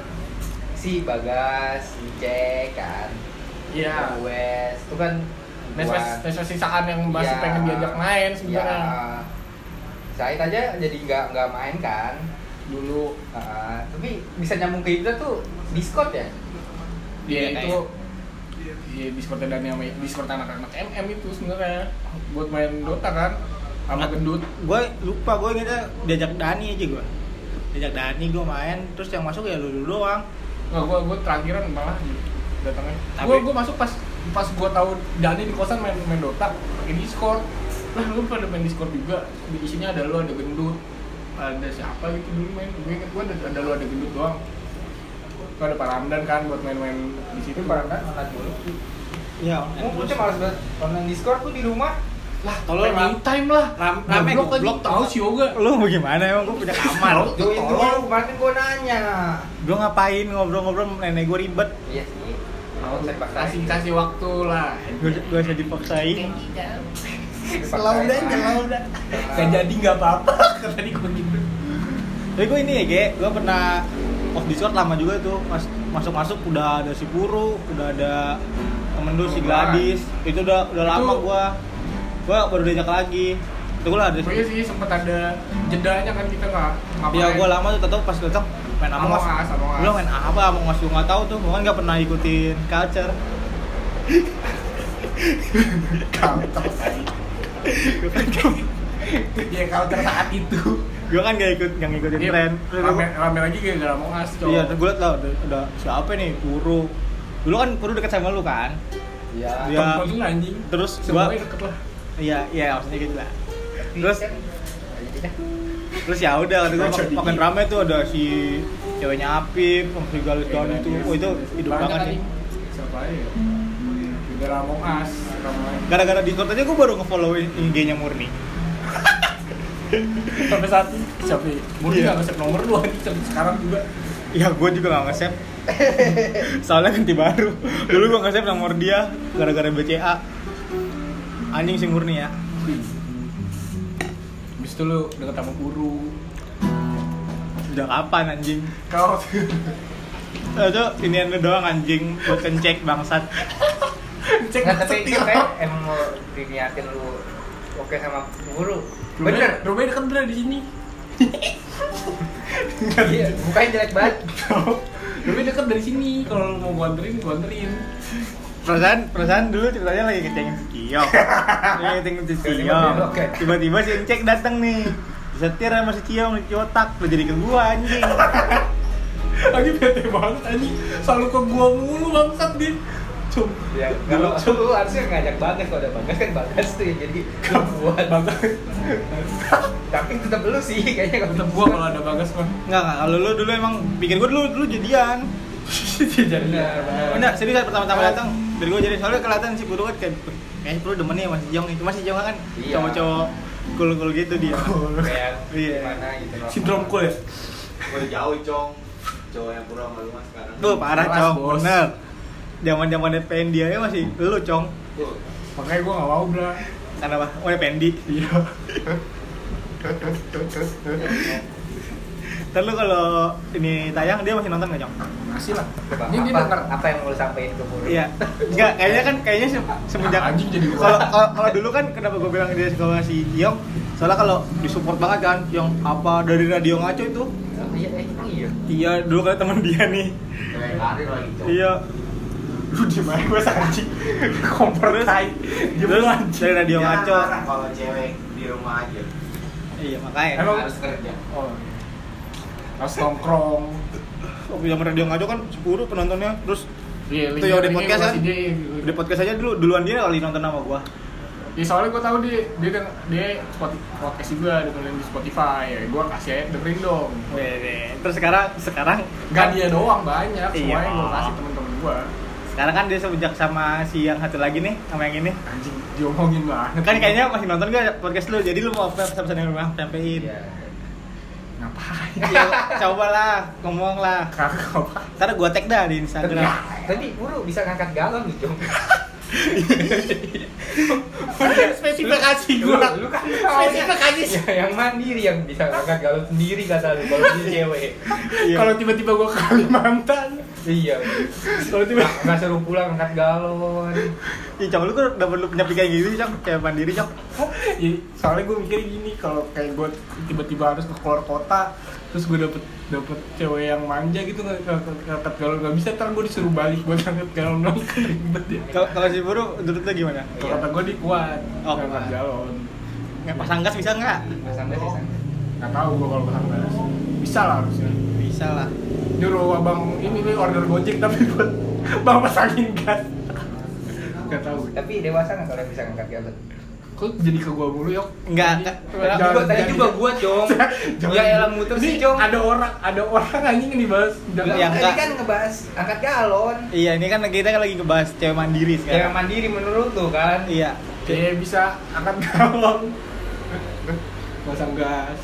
[SPEAKER 4] si Bagas si Jack kan
[SPEAKER 2] Iya.
[SPEAKER 4] Wes itu kan
[SPEAKER 2] Nes-nes
[SPEAKER 4] buat-
[SPEAKER 2] nes-nes sisaan yang
[SPEAKER 4] Iya.
[SPEAKER 2] masih pengen diajak main sebenarnya
[SPEAKER 4] Iya. Said aja jadi nggak nggak main kan
[SPEAKER 2] dulu
[SPEAKER 4] Ah, tapi bisa nyambung ke Ibra tuh Discord ya
[SPEAKER 2] dia
[SPEAKER 3] Iya,
[SPEAKER 2] itu di Discord dan iya, yang Discord anak-anak MM itu sebenarnya buat main Dota kan sama gendut
[SPEAKER 3] gue lupa gue ingetnya diajak Dani aja gue diajak Dani gue main terus yang masuk ya lu dulu doang
[SPEAKER 2] nggak gua gua terakhiran malah datangnya
[SPEAKER 3] Tapi-
[SPEAKER 2] gua gua masuk pas pas gua tahu Dani di kosan main main Dota pakai Discord lah lu pada main Discord juga di isinya ada lu ada gendut ada siapa gitu dulu main gue inget gua ada, ada lu ada gendut doang Tuh ada Pak Ramdan kan buat main-main di situ
[SPEAKER 4] itu barang kan online dulu
[SPEAKER 3] iya
[SPEAKER 4] mau punya malas banget online Discord tuh di rumah
[SPEAKER 2] lah
[SPEAKER 3] tolong,
[SPEAKER 2] tolong
[SPEAKER 3] Ram.
[SPEAKER 2] me time lah
[SPEAKER 3] Ram- Ramnya
[SPEAKER 2] Goblok
[SPEAKER 3] goblok,
[SPEAKER 2] lagi. tahu si Yoga
[SPEAKER 3] lu bagaimana emang gue punya kamar
[SPEAKER 4] join
[SPEAKER 2] tolong.
[SPEAKER 4] dulu kemarin gue nanya
[SPEAKER 3] gue ngapain ngobrol-ngobrol sama nenek gue ribet
[SPEAKER 4] iya sih
[SPEAKER 2] Tahu,
[SPEAKER 4] saya paksain.
[SPEAKER 2] kasih kasih waktu lah
[SPEAKER 3] gue gue usah dipaksain
[SPEAKER 4] Dipaksain main.
[SPEAKER 3] dah
[SPEAKER 4] Ah,
[SPEAKER 2] Gak jadi nggak apa-apa kata tadi gue gitu
[SPEAKER 3] tapi gue ini ya ge gue pernah off discord lama juga tuh mas masuk masuk udah ada si puru udah ada temen lu si gladis itu udah udah
[SPEAKER 2] Itu-
[SPEAKER 3] lama gue gue baru diajak lagi itu gue ada
[SPEAKER 2] pokoknya sih sempet ada jedanya kan kita nggak ngapain
[SPEAKER 3] ya gue lama tuh tau pas datang main apa
[SPEAKER 2] sama
[SPEAKER 3] mas
[SPEAKER 2] ngas sama
[SPEAKER 3] lu main apa mau ngasih nggak tahu tuh gue kan nggak pernah ikutin culture
[SPEAKER 2] ya counter saat itu Iya,
[SPEAKER 3] gue kan gak ikut nggak ngikutin tren
[SPEAKER 2] rame, rame lagi gara-gara mau ngas cowok
[SPEAKER 3] Iya, gue liat lah udah, udah siapa nih Puru. Dulu kan Puru deket sama lu kan?
[SPEAKER 4] iya
[SPEAKER 3] Dia-
[SPEAKER 2] Tempat lu anjing
[SPEAKER 3] ya, Terus gua
[SPEAKER 2] semuanya deket lah
[SPEAKER 3] iya iya maksudnya gitu lah.
[SPEAKER 4] tapi
[SPEAKER 3] Terus?
[SPEAKER 4] kan- Jadi dah.
[SPEAKER 3] Terus ya udah kata gua
[SPEAKER 2] Kacau
[SPEAKER 3] mak-
[SPEAKER 2] dikit.
[SPEAKER 3] makin rame tuh ada si ceweknya Apip, sama si Galus
[SPEAKER 2] Iya,
[SPEAKER 3] Don itu. Oh itu hidup
[SPEAKER 2] Banyak
[SPEAKER 3] banget
[SPEAKER 2] anjing.
[SPEAKER 3] nih.
[SPEAKER 2] siapa aja ya? gara-gara mau ngas rame lagi.
[SPEAKER 3] Gara-gara Discord aja gue baru nge-follow IG-nya Murni.
[SPEAKER 2] sampai saat ini siapa ya? murni
[SPEAKER 3] Iya.
[SPEAKER 2] nggak ngasih nomor lu anjing sampai sekarang juga
[SPEAKER 3] Ya gue juga gak nge-save. Soalnya ganti baru. Dulu gue nge-save nomor dia gara-gara BCA. Anjing si Murni ya.
[SPEAKER 2] Abis itu lu deket sama guru
[SPEAKER 3] Udah kapan anjing?
[SPEAKER 2] kau
[SPEAKER 3] Eh, Itu ini lu doang anjing buat kencek bangsat.
[SPEAKER 2] cek ya.
[SPEAKER 4] Nggak, Nah, tapi
[SPEAKER 2] setir
[SPEAKER 4] tapi emang mau diniatin lu oke sama guru bener
[SPEAKER 2] Rumahnya- rumahnya deket bener di sini
[SPEAKER 4] Iya, bukannya jelek banget
[SPEAKER 2] rumahnya deket dari sini kalau lu mau gua anterin gua anterin
[SPEAKER 3] perasaan perasaan dulu ceritanya lagi ngecengin si
[SPEAKER 4] [laughs]
[SPEAKER 3] Kiyo lagi ngecengin si Kiyo
[SPEAKER 4] Oke.
[SPEAKER 3] tiba-tiba si Encek datang nih disetir sama si Kiyo si Ciotak udah jadi ke gua anjing
[SPEAKER 2] lagi bete banget anjing selalu ke gua mulu bangsat dia coba
[SPEAKER 4] ya [laughs] kalau lu harusnya ngajak bagas kalau ada bagas kan bagas tuh yang jadi buat
[SPEAKER 2] bagas
[SPEAKER 4] tapi tetap lu sih kayaknya kalau
[SPEAKER 2] tetep gua kalau ada bagas mah
[SPEAKER 3] nggak nggak kalau lu dulu emang pikir gua dulu dulu jadian
[SPEAKER 2] [laughs] jadi
[SPEAKER 3] benar serius saat pertama-tama datang dari gua jadi soalnya kelihatan si Puru kan kayak kayaknya Puru demen nih sama si Jong nih cuma si Jong kan
[SPEAKER 4] Iya.
[SPEAKER 3] cowok-cowok cool-cool gitu dia
[SPEAKER 4] kayak
[SPEAKER 3] Iya.
[SPEAKER 4] gimana gitu loh
[SPEAKER 2] sindrom cool ya
[SPEAKER 1] Gue jauh, Cong. cowok yang kurang malu mas sekarang
[SPEAKER 3] Tuh parah
[SPEAKER 2] Keras,
[SPEAKER 3] cong,
[SPEAKER 2] bos.
[SPEAKER 3] bener zaman zaman PND aja masih lu cong
[SPEAKER 1] Tuh.
[SPEAKER 2] makanya gue gak mau bra
[SPEAKER 3] Kenapa? Oh ya Pendi
[SPEAKER 2] iya
[SPEAKER 3] Ntar lu kalau ini tayang dia masih nonton gak cong?
[SPEAKER 2] masih lah
[SPEAKER 4] Coba,
[SPEAKER 2] ini dia
[SPEAKER 4] apa,
[SPEAKER 2] denger
[SPEAKER 4] apa yang mau lu sampein ke Bulu?
[SPEAKER 3] Iya Enggak, kayaknya kan kayaknya se- semenjak
[SPEAKER 2] Ah, anjing jadi
[SPEAKER 3] kalau kalau- kalau dulu kan kenapa gue bilang dia suka sama si Yong soalnya kalau disupport banget kan yang apa dari radio ngaco itu
[SPEAKER 4] Oh, Iya, eh, emang iya.
[SPEAKER 3] iya dulu kan teman dia nih
[SPEAKER 1] Kayak karir lagi cowok
[SPEAKER 3] iya
[SPEAKER 2] lu diem aja gue anjing kompor tai diem
[SPEAKER 3] terus
[SPEAKER 2] lu anjing Iya.
[SPEAKER 3] dari radio
[SPEAKER 1] Jangan
[SPEAKER 3] ngaco
[SPEAKER 1] marah kalau cewek di rumah aja
[SPEAKER 3] iya makanya
[SPEAKER 2] Emang-
[SPEAKER 1] harus kerja
[SPEAKER 2] oh iya. harus nongkrong
[SPEAKER 3] waktu zaman radio ngaco kan 10 penontonnya terus
[SPEAKER 2] Iya,
[SPEAKER 3] Itu ya udah
[SPEAKER 2] ini
[SPEAKER 3] podcast
[SPEAKER 2] masih
[SPEAKER 3] kan?
[SPEAKER 2] dia, gitu.
[SPEAKER 3] di podcast aja dulu duluan dia kali nonton sama gua
[SPEAKER 2] Ya soalnya gue tau dia dia deng- dia Spot- podcast juga dengerin di Spotify ya gue kasih aja dengerin dong.
[SPEAKER 3] terus sekarang sekarang
[SPEAKER 2] Gak dia doang banyak
[SPEAKER 3] Iya.
[SPEAKER 2] semuanya gue kasih temen-temen gue.
[SPEAKER 3] sekarang kan dia semenjak sama si yang satu lagi nih sama yang ini
[SPEAKER 2] Anjing diomongin banget.
[SPEAKER 3] kan kayaknya masih nonton gak podcast lu jadi lu mau apa pesan yang rumah sampein
[SPEAKER 4] Iya.
[SPEAKER 2] ngapain?
[SPEAKER 3] ya cobalah ngomong lah
[SPEAKER 2] Kagak apa.
[SPEAKER 3] ntar gua tag dah
[SPEAKER 4] Tadi,
[SPEAKER 3] di
[SPEAKER 1] ya,
[SPEAKER 3] Instagram
[SPEAKER 4] tadi Bulu bisa ngangkat galon gitu.
[SPEAKER 1] [laughs]
[SPEAKER 3] spesifikasi
[SPEAKER 4] Iya. Lu, lu kan Iya. spesifikasi
[SPEAKER 1] Iya.
[SPEAKER 4] [laughs] yang mandiri yang bisa ngangkat galon sendiri kata lu kalau dia cewek.
[SPEAKER 3] Iya.
[SPEAKER 2] Kalau tiba-tiba gue ke Kalimantan,
[SPEAKER 4] Iya.
[SPEAKER 3] kalau tiba
[SPEAKER 4] Nggak- Nggak suruh pulang ngangkat galon.
[SPEAKER 3] ya cong lu kan udah perlu punya pikiran gitu cong kayak mandiri cong
[SPEAKER 2] [laughs] ya, soalnya gue mikir gini kalau kayak gue tiba-tiba harus ke keluar kota, terus gue dapet dapet cewek yang manja gitu nggak nggak- nggak kalau nggak bisa ntar gue disuruh balik buat ngangkat galon dong ribet ya
[SPEAKER 3] kalau kalau si buru menurut lu gimana
[SPEAKER 2] Kalau kata gue dikuat
[SPEAKER 3] Oh,
[SPEAKER 2] ngangkat
[SPEAKER 3] kuat.
[SPEAKER 2] galon
[SPEAKER 3] nggak pasang gas bisa nggak
[SPEAKER 4] Masang deh, masang.
[SPEAKER 2] Gak tau gue kalau pasang gas Bisa lah harusnya
[SPEAKER 3] bisa lah
[SPEAKER 2] Nyuruh abang ini nih order gojek tapi buat [laughs] Bang pasangin gas [laughs] Gak tau
[SPEAKER 4] Tapi dewasa nggak kalau bisa ngangkat galon.
[SPEAKER 2] Kok jadi ke gua mulu yuk?
[SPEAKER 3] nggak nggak.
[SPEAKER 4] Tadi
[SPEAKER 2] Jangan-
[SPEAKER 4] juga- tadi
[SPEAKER 2] jangan-
[SPEAKER 4] juga gua, Cong.
[SPEAKER 2] Jangan-
[SPEAKER 4] ya elah muter sih,
[SPEAKER 2] Ini
[SPEAKER 4] Cong.
[SPEAKER 2] Ada orang, ada orang anjing yang dibahas
[SPEAKER 4] Lah,
[SPEAKER 3] Yang
[SPEAKER 4] tadi
[SPEAKER 3] nggak-
[SPEAKER 4] kan ngebahas angkat galon.
[SPEAKER 3] iya ini kan kita kan lagi ngebahas cewek mandiri
[SPEAKER 4] Yang
[SPEAKER 3] sekarang
[SPEAKER 4] mandiri menurut lu kan?
[SPEAKER 3] iya
[SPEAKER 2] Dia bisa angkat galon [laughs] Pasang gas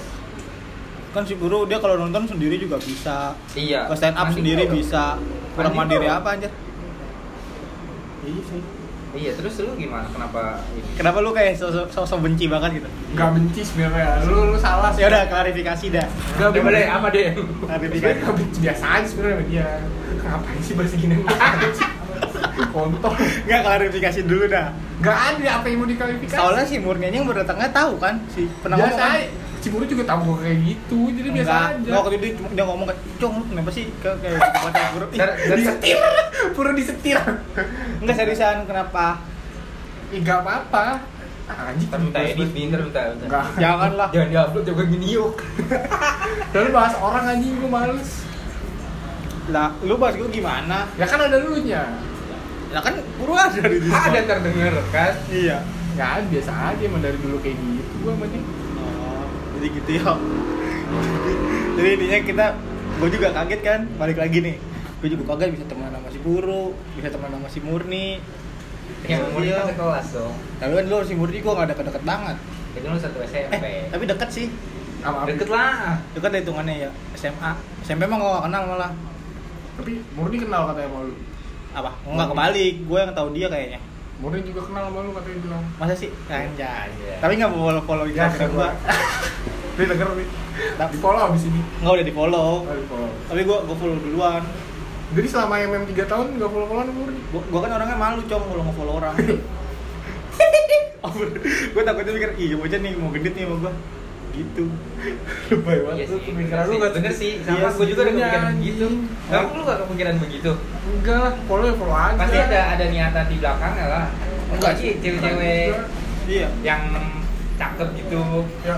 [SPEAKER 3] kan si buru dia kalau nonton sendiri juga bisa
[SPEAKER 4] Iya.
[SPEAKER 3] kalau stand up
[SPEAKER 4] Mandiri
[SPEAKER 3] sendiri
[SPEAKER 4] dong.
[SPEAKER 3] bisa kurang
[SPEAKER 4] Mandiri
[SPEAKER 3] mandiri
[SPEAKER 4] dong.
[SPEAKER 3] apa anjir
[SPEAKER 2] Iya sih
[SPEAKER 4] Iya, terus lu gimana? Kenapa ini?
[SPEAKER 3] kenapa lu kayak sosok sosok benci banget gitu
[SPEAKER 2] Gak benci sebenernya, lu, lu salah sih
[SPEAKER 3] [laughs] ya udah klarifikasi dah
[SPEAKER 2] Gak
[SPEAKER 4] Coba deh, apa deh?
[SPEAKER 2] Sebenernya
[SPEAKER 3] klarifikasi
[SPEAKER 2] gak benci, biasa aja sebenernya sama dia Ngapain sih bahas gini Kontol
[SPEAKER 3] [laughs] nggak klarifikasi dulu dah
[SPEAKER 2] Gak ada apa yang mau diklarifikasi
[SPEAKER 3] soalnya si murnianya yang berdatangnya tahu kan si pernah
[SPEAKER 2] biasa
[SPEAKER 3] ngomong kan?
[SPEAKER 2] aja. Ciburu juga tahu gua kayak gitu, jadi biasa
[SPEAKER 3] Enggak,
[SPEAKER 2] aja.
[SPEAKER 3] enggak, waktu itu dia, cuma- dia ngomong kayak, Cong, lu kenapa sih ke kayak gitu banget ya, bro?" Ih,
[SPEAKER 4] Ntar- ntar-
[SPEAKER 2] disetir, pura disetir.
[SPEAKER 3] Enggak seriusan, kenapa? [laughs]
[SPEAKER 2] Ih, gak Ya, apa-apa. Ah, Anjing, Ya
[SPEAKER 4] Ntar minta
[SPEAKER 2] terus-
[SPEAKER 4] edit, Bin, ntar minta. minta.
[SPEAKER 2] Enggak.
[SPEAKER 3] Janganlah.
[SPEAKER 4] Jangan diupload juga gini yuk.
[SPEAKER 2] Lalu bahas orang anjing gua males.
[SPEAKER 3] Lah, lu bahas gue gimana?
[SPEAKER 2] Ya kan ada dulunya.
[SPEAKER 3] Lah kan buruan dari di
[SPEAKER 4] Ada ntar denger kan?
[SPEAKER 3] Iya.
[SPEAKER 2] Ya biasa aja emang dari dulu kayak gitu gua sama dia.
[SPEAKER 3] Oh, jadi gitu ya. jadi intinya kita gue juga kaget kan, balik lagi nih. Gue juga kaget bisa teman sama si Buru, bisa teman sama si Murni.
[SPEAKER 4] Yang
[SPEAKER 3] Iya.
[SPEAKER 4] murid kan sekelas dong.
[SPEAKER 3] Tapi kan dulu si Murni gue gak deket-deket banget.
[SPEAKER 4] Itu lu satu
[SPEAKER 3] Eh,
[SPEAKER 4] SMP.
[SPEAKER 3] tapi deket sih.
[SPEAKER 2] Sama Abi.
[SPEAKER 4] Deket lah.
[SPEAKER 3] Deket deh hitungannya ya SMA.
[SPEAKER 4] Ah.
[SPEAKER 3] SMP mah gue gak kenal malah.
[SPEAKER 2] Tapi Murni kenal katanya sama lu.
[SPEAKER 3] Apa? Nggak kebalik, gue yang tahu dia kayaknya.
[SPEAKER 2] Murni juga kenal sama lu katanya bilang.
[SPEAKER 3] Masa sih? Anjay.
[SPEAKER 4] Iya.
[SPEAKER 3] Tapi nggak mau follow follow
[SPEAKER 2] Ya,
[SPEAKER 3] Instagram gua.
[SPEAKER 2] Dia denger nih.
[SPEAKER 3] Tapi
[SPEAKER 2] Nah, Di follow abis ini.
[SPEAKER 3] nggak udah di follow.
[SPEAKER 2] Oh, di follow.
[SPEAKER 3] Tapi gua gua follow duluan.
[SPEAKER 2] Jadi selama MM 3 tahun gak follow-followan sama Murni.
[SPEAKER 3] Gua, gua kan orangnya malu cong kalau nggak follow orang. Oh, bener. gua takutnya mikir, iya bocah nih mau gendit nih sama gua. Gitu.
[SPEAKER 2] [laughs] Lebay
[SPEAKER 4] Iya
[SPEAKER 2] banget.
[SPEAKER 4] sih.
[SPEAKER 2] Pemikiran lu
[SPEAKER 4] bener sih,
[SPEAKER 2] gak
[SPEAKER 4] bener sih.
[SPEAKER 2] Iya
[SPEAKER 4] Sama gue juga ada gitu.
[SPEAKER 2] sebenernya,
[SPEAKER 4] kepikiran begitu.
[SPEAKER 2] anjing.
[SPEAKER 4] Kamu lu gak kepikiran begitu?
[SPEAKER 2] Enggak lah, follow ya follow aja.
[SPEAKER 4] Pasti ada Kan ada niatan di belakangnya lah.
[SPEAKER 2] Enggak
[SPEAKER 4] Enggak sih cewek-cewek
[SPEAKER 3] Iya.
[SPEAKER 4] yang cakep gitu.
[SPEAKER 2] Ya,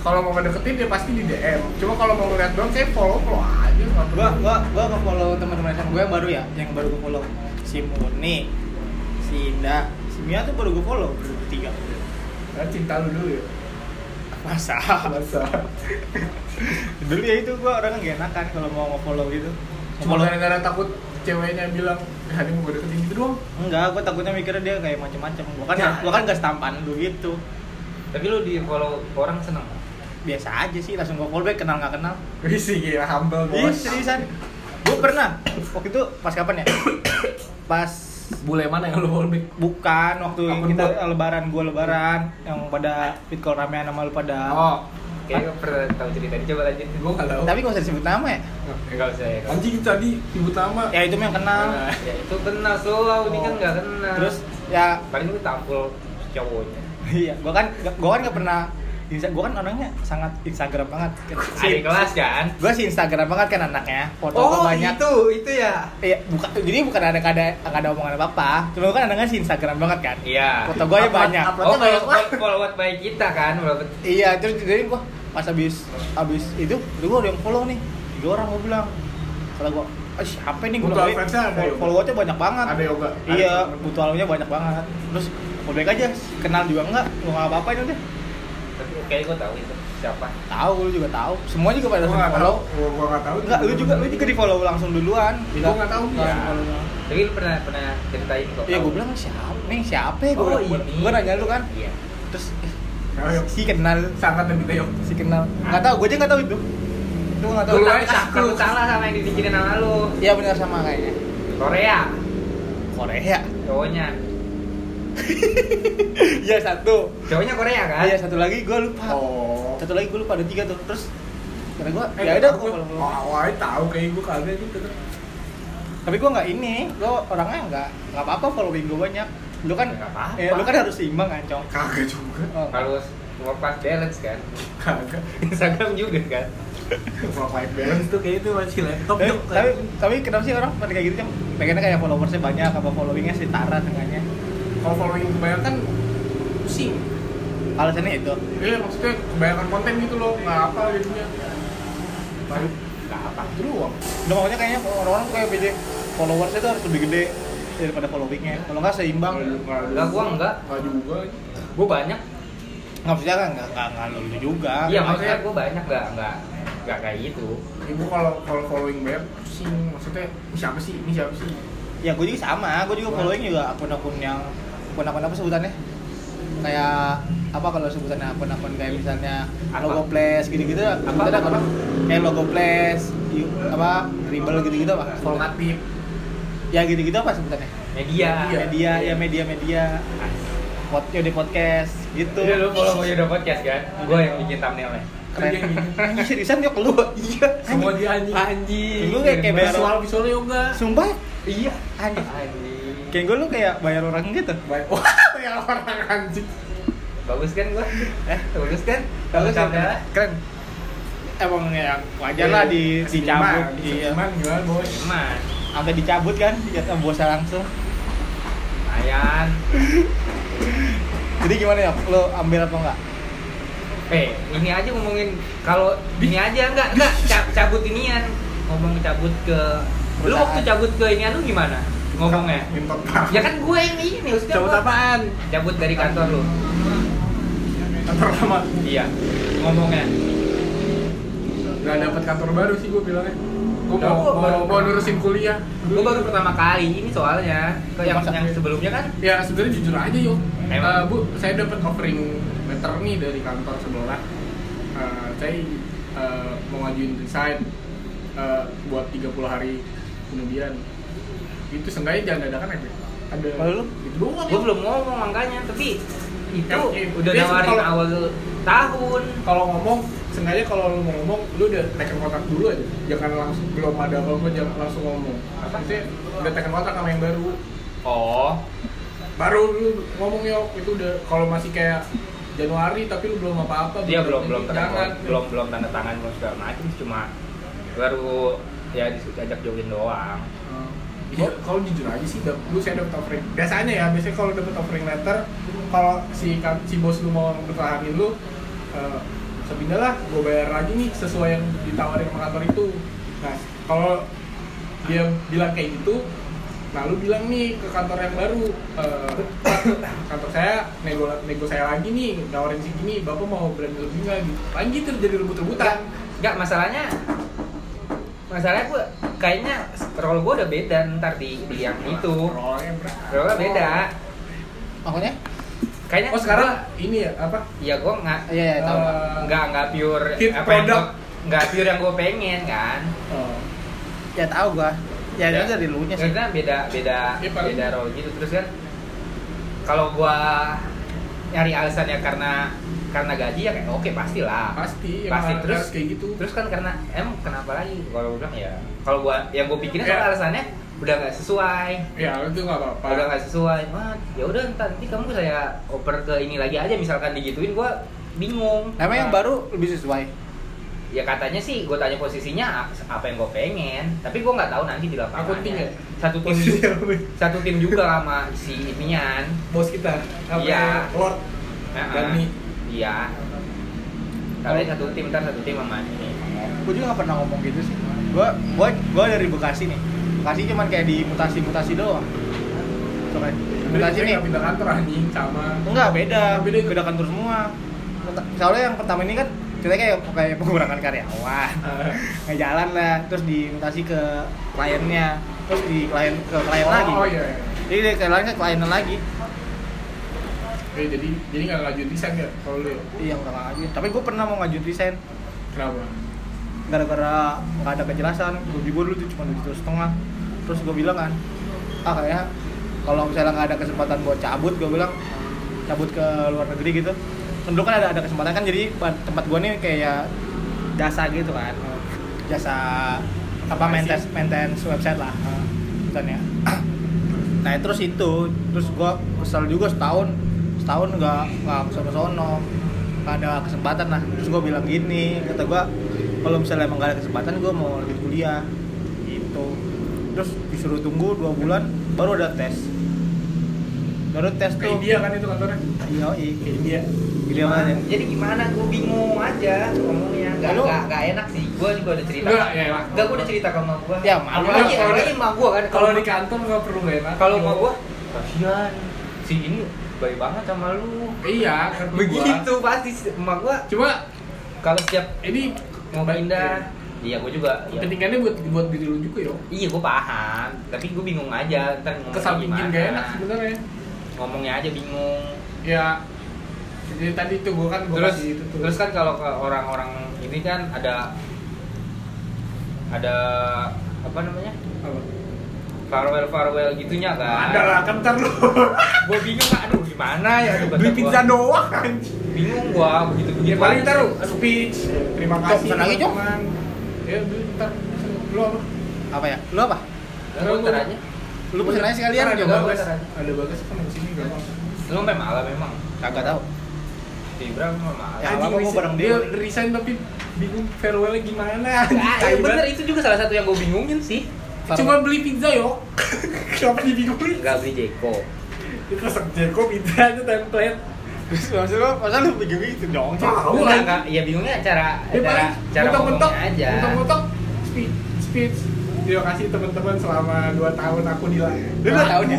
[SPEAKER 2] kalau mau ngedeketin dia pasti di DM. Cuma kalau mau ngeliat doang, saya follow follow aja. nggak perlu.
[SPEAKER 3] Gua gua gua nggak follow teman-teman sama gua yang baru ya, yang baru gua follow. Si Murni, si Indah, si Mia tuh baru gua follow bertiga.
[SPEAKER 2] Nah, cinta lu dulu ya.
[SPEAKER 3] Masa?
[SPEAKER 2] Masa.
[SPEAKER 3] Dulu ya itu gua orangnya gak enakan kalau mau follow gitu.
[SPEAKER 2] Cuma
[SPEAKER 3] Follow-
[SPEAKER 2] gara-gara takut ceweknya bilang, "Eh, hari mau gue deketin gitu doang." [laughs]
[SPEAKER 3] Enggak, gue takutnya mikirnya dia kayak macem-macem. Gue kan,
[SPEAKER 4] Ya.
[SPEAKER 3] gua kan gak stampan lu gitu.
[SPEAKER 4] Tapi lu di follow orang seneng.
[SPEAKER 3] Biasa aja sih, langsung gue call back, kenal nggak kenal.
[SPEAKER 2] Wih sih gila humble
[SPEAKER 3] Ih,
[SPEAKER 2] bos.
[SPEAKER 3] seriusan. pernah waktu itu pas kapan ya pas
[SPEAKER 2] Bule mana yang lu fallback?
[SPEAKER 3] bukan waktu
[SPEAKER 2] Akun
[SPEAKER 3] kita
[SPEAKER 2] gua.
[SPEAKER 3] lebaran gua lebaran yang pada fit call ramean sama lu pada
[SPEAKER 2] Oh,
[SPEAKER 4] Kayaknya gue pernah tahu cerita ini coba lanjut.
[SPEAKER 2] gua nggak tahu.
[SPEAKER 3] tapi gak usah disebut nama ya
[SPEAKER 4] Enggak usah ya.
[SPEAKER 2] Anjing tadi ibu nama.
[SPEAKER 3] ya itu mah yang kenal
[SPEAKER 2] Nah,
[SPEAKER 4] Ya itu kena slow, ini kan nggak kena.
[SPEAKER 3] Oh. terus ya [laughs]
[SPEAKER 4] paling lu tampil cowoknya.
[SPEAKER 3] iya gua kan gua kan gak pernah Insta- gua kan orangnya sangat Instagram banget
[SPEAKER 4] Ada kelas kan?
[SPEAKER 3] gua sih Instagram banget kan anaknya foto
[SPEAKER 4] Oh,
[SPEAKER 3] gua banyak
[SPEAKER 4] itu, itu ya.
[SPEAKER 3] Iya, bukan jadi bukan ada ada nggak ada omongan apa apa. Cuma kan ada sih Instagram banget kan.
[SPEAKER 4] Iya.
[SPEAKER 3] Foto gue ya
[SPEAKER 2] Upload-
[SPEAKER 3] banyak.
[SPEAKER 2] upload.
[SPEAKER 4] Oh, kalau followed by kita kan, berapa
[SPEAKER 3] Iya, terus jadi gue pas abis abis itu, itu gue ada yang follow nih. Tiga orang gue bilang. Kalau gue, ah siapa nih gue
[SPEAKER 2] Butuh
[SPEAKER 3] follow
[SPEAKER 2] fansnya ada yoga.
[SPEAKER 3] followernya banyak banget.
[SPEAKER 2] Ada yoga. Ada
[SPEAKER 3] Iya,
[SPEAKER 2] yoga.
[SPEAKER 3] butuh followernya banyak banget. Terus gue baik aja, kenal juga enggak, gue nggak apa-apa itu deh.
[SPEAKER 4] Tapi kayaknya gue tahu itu siapa.
[SPEAKER 3] Tahu lu juga tahu, semua juga pada
[SPEAKER 2] Gua
[SPEAKER 3] follow.
[SPEAKER 2] nggak tahu. Gua gua nggak tahu.
[SPEAKER 3] Enggak, lu juga lu juga di follow langsung duluan.
[SPEAKER 2] Gua nggak tahu. Ya.
[SPEAKER 4] Iya.
[SPEAKER 2] langsung follow doang.
[SPEAKER 4] Tapi lu pernah pernah ceritain kok.
[SPEAKER 3] Iya, gue bilang "Eh, siapa nih siapa? Gue
[SPEAKER 4] Oh,
[SPEAKER 3] gue
[SPEAKER 4] ini.
[SPEAKER 3] nanya lu kan,
[SPEAKER 4] Iya.
[SPEAKER 3] terus
[SPEAKER 2] Ayo.
[SPEAKER 3] si kenal
[SPEAKER 2] Ya, Sangat lebih tayo.
[SPEAKER 3] si kenal nggak tahu gue aja nggak tahu itu itu nggak tahu
[SPEAKER 4] Lu
[SPEAKER 2] Duluan.
[SPEAKER 4] tapi takut salah sama yang dibikinin sama lu.
[SPEAKER 3] iya benar sama kayaknya
[SPEAKER 4] Korea,
[SPEAKER 3] Korea [laughs]
[SPEAKER 4] cowoknya.
[SPEAKER 3] iya satu
[SPEAKER 4] Cowoknya Korea kan?
[SPEAKER 3] iya satu lagi gue lupa
[SPEAKER 2] Oh.
[SPEAKER 3] satu lagi gue lupa ada tiga tuh terus karena gue
[SPEAKER 2] Eh,
[SPEAKER 3] ya udah
[SPEAKER 2] gua.
[SPEAKER 3] gua follow.
[SPEAKER 2] Oh, wah, tahu kayak gua kagak gitu.
[SPEAKER 3] tapi gue nggak ini gue orangnya nggak nggak apa apa following gue banyak lu
[SPEAKER 4] Ya,
[SPEAKER 3] kan
[SPEAKER 4] Nggak apa-apa.
[SPEAKER 3] eh, lu kan harus seimbang kan cong
[SPEAKER 2] Kagak juga.
[SPEAKER 3] Oh.
[SPEAKER 4] Kalau work-life balance kan?
[SPEAKER 2] Kagak.
[SPEAKER 4] [laughs] Instagram juga kan?
[SPEAKER 2] Work life balance tuh kayak itu masih laptop
[SPEAKER 3] tapi,
[SPEAKER 2] Jok.
[SPEAKER 3] tapi, tapi kenapa sih orang pada kayak gitu cong pengennya kayak followersnya banyak apa followingnya setara sengaja
[SPEAKER 2] kalau following kebanyakan kan pusing.
[SPEAKER 3] alasannya itu
[SPEAKER 2] Iya, maksudnya kebanyakan konten gitu loh, nggak apa jadinya. Baru
[SPEAKER 4] Gak apa.
[SPEAKER 2] doang.
[SPEAKER 3] udah makanya kayaknya orang-orang tuh kayak beda followersnya tuh harus lebih gede daripada followingnya kalau nggak seimbang
[SPEAKER 4] Iya. Lah, gua enggak.
[SPEAKER 2] Enggak juga.
[SPEAKER 4] Gue banyak.
[SPEAKER 3] nggak bisa kan nggak nggak nggak lulu juga
[SPEAKER 4] Iya maksudnya gue banyak nggak nggak nggak kayak gitu.
[SPEAKER 2] Ibu kalau kalau following banyak pusing, maksudnya "Ini siapa sih? Ini siapa sih?
[SPEAKER 3] ya gue juga sama gue juga following juga akun-akun yang akun-akun apa sebutannya kayak apa kalau sebutannya akun-akun kayak misalnya
[SPEAKER 4] Apa?
[SPEAKER 3] logo plus gitu-gitu apa
[SPEAKER 4] apa, apa?
[SPEAKER 3] kayak logo plus yu- apa dribble gitu-gitu apa
[SPEAKER 2] Format pip.
[SPEAKER 3] ya gitu-gitu apa sebutannya
[SPEAKER 4] Media.
[SPEAKER 2] Iya.
[SPEAKER 3] media ya media media pod ya di podcast gitu
[SPEAKER 4] Udah Iya, lu follow gue udah podcast kan? Gue yang bikin thumbnailnya.
[SPEAKER 3] keren
[SPEAKER 2] Iya, iya.
[SPEAKER 4] [laughs]
[SPEAKER 3] Anjing, seriusan yuk lu iya
[SPEAKER 2] Semua dia anjing.
[SPEAKER 4] Anjing.
[SPEAKER 3] Lu kayak- kayak bayar-
[SPEAKER 2] Visual visualnya yoga.
[SPEAKER 3] sumpah
[SPEAKER 4] Iya.
[SPEAKER 3] anjing
[SPEAKER 4] Anjing.
[SPEAKER 3] kayak gue lu kayak bayar orang gitu
[SPEAKER 2] [laughs] Wah, banyak orang anjing.
[SPEAKER 4] Bagus kan gue?
[SPEAKER 3] eh
[SPEAKER 4] Bagus kan?
[SPEAKER 3] Bagus ya,
[SPEAKER 4] thumbnailnya?
[SPEAKER 3] keren. Emang ya wajar lah di dicabut, iya.
[SPEAKER 2] Cuman gimana, Boy?
[SPEAKER 4] Cuman,
[SPEAKER 3] Sampai dicabut kan, jatuh bosa langsung.
[SPEAKER 4] lumayan.
[SPEAKER 3] Jadi gimana ya, lo ambil apa enggak?
[SPEAKER 4] Eh, ini aja ngomongin kalau ini aja enggak enggak ca- cabut inian. Ngomong cabut ke Lu
[SPEAKER 3] Perusahaan.
[SPEAKER 4] waktu cabut ke inian lu gimana? Ngomongnya.
[SPEAKER 2] Mintot banget.
[SPEAKER 4] Ya kan gue yang ini maksudnya
[SPEAKER 2] Cabut
[SPEAKER 4] gua-
[SPEAKER 2] apaan?
[SPEAKER 4] Cabut dari kantor lu.
[SPEAKER 2] Kantor lama.
[SPEAKER 4] Iya. Ngomongnya.
[SPEAKER 2] Gak dapet kantor baru sih gue bilangnya. Gue
[SPEAKER 4] Lah,
[SPEAKER 2] mau,
[SPEAKER 4] gua
[SPEAKER 2] mau,
[SPEAKER 4] baru-
[SPEAKER 2] mau nurusin kuliah.
[SPEAKER 4] Gue baru pertama kali ini soalnya. Ke yang
[SPEAKER 3] Masa-
[SPEAKER 4] yang sebelumnya kan
[SPEAKER 2] Ya sebenarnya jujur aja yuk.
[SPEAKER 4] Emang?
[SPEAKER 2] Eh, bu, saya dapat offering letter nih dari kantor sebelah. Eh, saya eh, mau ngajuin resign eh, buat 30 hari kemudian. Itu seenggaknya jangan dadakan aja. Ada
[SPEAKER 3] Kalau lu?
[SPEAKER 2] Itu doang.
[SPEAKER 4] gue belum ngomong makanya, tapi itu
[SPEAKER 2] Ya, oke.
[SPEAKER 4] udah
[SPEAKER 2] Dia
[SPEAKER 4] nawarin
[SPEAKER 2] kalau-
[SPEAKER 4] awal tahun.
[SPEAKER 2] Kalau ngomong, sengaja kalau lu mau ngomong, lu udah tekan kontrak dulu aja. Jangan langsung belum ada apa-apa, jangan langsung ngomong. Maksudnya udah tekan kontrak sama yang baru.
[SPEAKER 4] Oh,
[SPEAKER 2] baru lu ngomong yo itu udah kalau masih kayak Januari tapi lu belum apa-apa
[SPEAKER 4] dia Iya, belum belum
[SPEAKER 2] jadi
[SPEAKER 4] tanda
[SPEAKER 2] jangan
[SPEAKER 4] belum belum tanda tangan belum segala macem cuma baru ya diajak jogging doang.
[SPEAKER 2] Hmm. Gua- kalau jujur aja sih dap- lu saya dapat offering biasanya ya biasanya kalau dapat offering letter kalau si kan- si bos lu mau bertahanin lu eh sepindah lah gue bayar lagi nih sesuai yang ditawarin sama kantor itu nah kalau dia bilang kayak gitu nah lu bilang nih ke kantor yang baru eh, "Pak, kantor saya nego nego saya lagi nih nawarin segini bapak mau berani lebih nggak gitu paling gitu jadi rebut-rebutan
[SPEAKER 4] Enggak masalahnya masalahnya gue kayaknya role gue udah beda ntar di, di yang itu.
[SPEAKER 2] Rolnya, bro.
[SPEAKER 4] Role gue Iya. beda.
[SPEAKER 3] Makanya?
[SPEAKER 4] Kayaknya
[SPEAKER 2] oh sekarang ini ya apa
[SPEAKER 4] ya gue nggak
[SPEAKER 3] Iya, iya, tahu.
[SPEAKER 2] Eh,
[SPEAKER 4] nggak nggak pure
[SPEAKER 2] Hit
[SPEAKER 4] yang
[SPEAKER 2] product.
[SPEAKER 4] gua- nggak pure yang gue pengen kan
[SPEAKER 2] Oh.
[SPEAKER 3] ya tahu gua ya, itu dari lu nya sih
[SPEAKER 4] Karena beda beda
[SPEAKER 2] Iya, paling-
[SPEAKER 4] beda role gitu terus kan kalau gua nyari alasannya karena karena gaji ya kayak oke pastilah.
[SPEAKER 2] pasti emang
[SPEAKER 4] pasti
[SPEAKER 2] harus-
[SPEAKER 4] terus
[SPEAKER 2] harus kayak gitu
[SPEAKER 4] terus kan karena em kenapa lagi kalau gua bilang ya kalau gua yang gua pikirin
[SPEAKER 2] Iya.
[SPEAKER 4] soal alasannya udah nggak sesuai
[SPEAKER 2] ya itu nggak apa-apa
[SPEAKER 4] udah nggak sesuai wah ya udah ntar nanti kamu saya oper ke ini lagi aja misalkan digituin gua bingung
[SPEAKER 3] Emang yang baru lebih sesuai
[SPEAKER 4] ya katanya sih gue tanya posisinya apa yang gue pengen tapi gue nggak tahu nanti di lapangan
[SPEAKER 2] Aku tim ya?
[SPEAKER 4] satu tim
[SPEAKER 2] Posisinya apa?
[SPEAKER 4] satu tim juga sama si inian
[SPEAKER 2] bos kita apa
[SPEAKER 4] Iya.
[SPEAKER 2] Lord Dani.
[SPEAKER 4] iya tapi satu tim ntar satu tim sama ini
[SPEAKER 3] gue juga gak pernah ngomong gitu sih gue gue gue dari Bekasi nih Bekasi cuman kayak di mutasi mutasi doang coba
[SPEAKER 2] Jadi
[SPEAKER 3] mutasi
[SPEAKER 2] kita
[SPEAKER 3] nih
[SPEAKER 2] nggak pindah kantor anjing sama
[SPEAKER 3] enggak beda
[SPEAKER 2] Beda
[SPEAKER 3] beda
[SPEAKER 2] itu.
[SPEAKER 3] kantor semua Muta- soalnya yang pertama ini kan kita kayak kayak pengurangan karyawan
[SPEAKER 2] Eh,
[SPEAKER 3] nggak jalan lah terus dimutasi ke kliennya terus di klien ke klien
[SPEAKER 2] oh,
[SPEAKER 3] lagi
[SPEAKER 2] oh iya iya.
[SPEAKER 3] jadi dari klien ke klien lagi
[SPEAKER 2] Eh, jadi jadi nggak lanjut desain ya kalau lu ya?
[SPEAKER 3] iya udah lagi tapi gue pernah mau ngajuin desain
[SPEAKER 2] kenapa
[SPEAKER 3] gara-gara nggak ada kejelasan gaji gue dulu tuh cuma tujuh setengah terus gue bilang kan ah kayaknya kalau misalnya nggak ada kesempatan buat cabut gue bilang cabut ke luar negeri gitu Kan dulu kan ada ada kesempatan kan jadi ba- tempat gue nih kayak ya jasa gitu kan jasa apa maintenance maintenance website lah Contohnya. nah terus itu terus gue kesel juga setahun setahun nggak nggak kesel sono nggak ada kesempatan lah terus gue bilang gini kata gue kalau misalnya emang gak ada kesempatan gue mau lanjut kuliah gitu terus disuruh tunggu dua bulan baru ada tes baru tes
[SPEAKER 2] ke
[SPEAKER 3] tuh
[SPEAKER 2] India kan itu kantornya
[SPEAKER 3] iya iya
[SPEAKER 2] ke India
[SPEAKER 3] gede banget ya
[SPEAKER 4] jadi gimana gue bingung aja ngomongnya nggak
[SPEAKER 3] Lu-
[SPEAKER 4] nggak nggak enak sih gue juga udah cerita
[SPEAKER 2] Nggak, ya lah.
[SPEAKER 4] nggak gue udah cerita ke emak gue
[SPEAKER 3] Ya, malu.
[SPEAKER 4] apalagi
[SPEAKER 2] Kalau-
[SPEAKER 4] apalagi emak gue kan
[SPEAKER 2] kalau di kantor nggak perlu nggak enak
[SPEAKER 4] kalau emak gue kasihan si ini baik banget sama lu
[SPEAKER 2] iya ngerti gua.
[SPEAKER 4] begitu pasti emak gua
[SPEAKER 2] cuma
[SPEAKER 4] kalau setiap
[SPEAKER 2] ini
[SPEAKER 4] mau pindah iya gua juga iya.
[SPEAKER 2] kepentingannya buat buat diri lu juga yo
[SPEAKER 4] iya gua paham tapi gua bingung aja ntar ngomongnya
[SPEAKER 2] kesal bikin
[SPEAKER 4] gimana.
[SPEAKER 2] gak enak sebenarnya
[SPEAKER 4] ngomongnya aja bingung
[SPEAKER 2] ya jadi tadi itu gua kan gua
[SPEAKER 4] terus
[SPEAKER 2] kasih itu tuh
[SPEAKER 4] terus kan kalau ke orang-orang ini kan ada ada apa namanya
[SPEAKER 2] Apa?
[SPEAKER 4] farewell farewell gitunya kan
[SPEAKER 2] ada lah kan ntar lu
[SPEAKER 4] gua bingung aduh gimana ya aduh, kata
[SPEAKER 2] beli
[SPEAKER 4] gua.
[SPEAKER 2] pizza doang anjing.
[SPEAKER 4] bingung gua begitu begitu
[SPEAKER 2] ya paling ntar lu speech terima
[SPEAKER 3] Cok,
[SPEAKER 2] kasih
[SPEAKER 3] pesan lagi, Cok.
[SPEAKER 2] teman. ya beli ntar lu apa
[SPEAKER 3] apa ya lu apa
[SPEAKER 4] lu ntar aja
[SPEAKER 3] lu pesen aja sekalian
[SPEAKER 2] Ntar ada
[SPEAKER 3] coba
[SPEAKER 2] bagas
[SPEAKER 4] Ntar aja.
[SPEAKER 2] ada bagas kan di sini gak apa
[SPEAKER 4] lu sampai malam memang
[SPEAKER 3] kagak tahu
[SPEAKER 4] si Ibra memang malam
[SPEAKER 3] Ya, apa-apa, gua bareng dia. Ya,
[SPEAKER 2] dia resign tapi bingung farewellnya gimana anjing.
[SPEAKER 4] Ah,
[SPEAKER 2] Tai
[SPEAKER 4] iya bener
[SPEAKER 2] banget.
[SPEAKER 4] itu juga salah satu yang gue bingungin sih.
[SPEAKER 2] cuma beli pizza yo [laughs] kenapa dibingungin
[SPEAKER 4] Gak beli Jeko.
[SPEAKER 2] itu resep Jeko pizza itu template
[SPEAKER 3] terus maksud lu masa lu begini gitu dong
[SPEAKER 4] Enggak,
[SPEAKER 2] Tahu, anjing.
[SPEAKER 4] enggak, ya bingungnya cara
[SPEAKER 2] Dia
[SPEAKER 4] cara
[SPEAKER 2] paling
[SPEAKER 4] cara
[SPEAKER 2] mentok-mentok,
[SPEAKER 4] ngomongnya aja.
[SPEAKER 2] mentok-mentok speech, speech. Terima kasih teman-teman selama 2 tahun aku di
[SPEAKER 3] Lu dua tahun ya?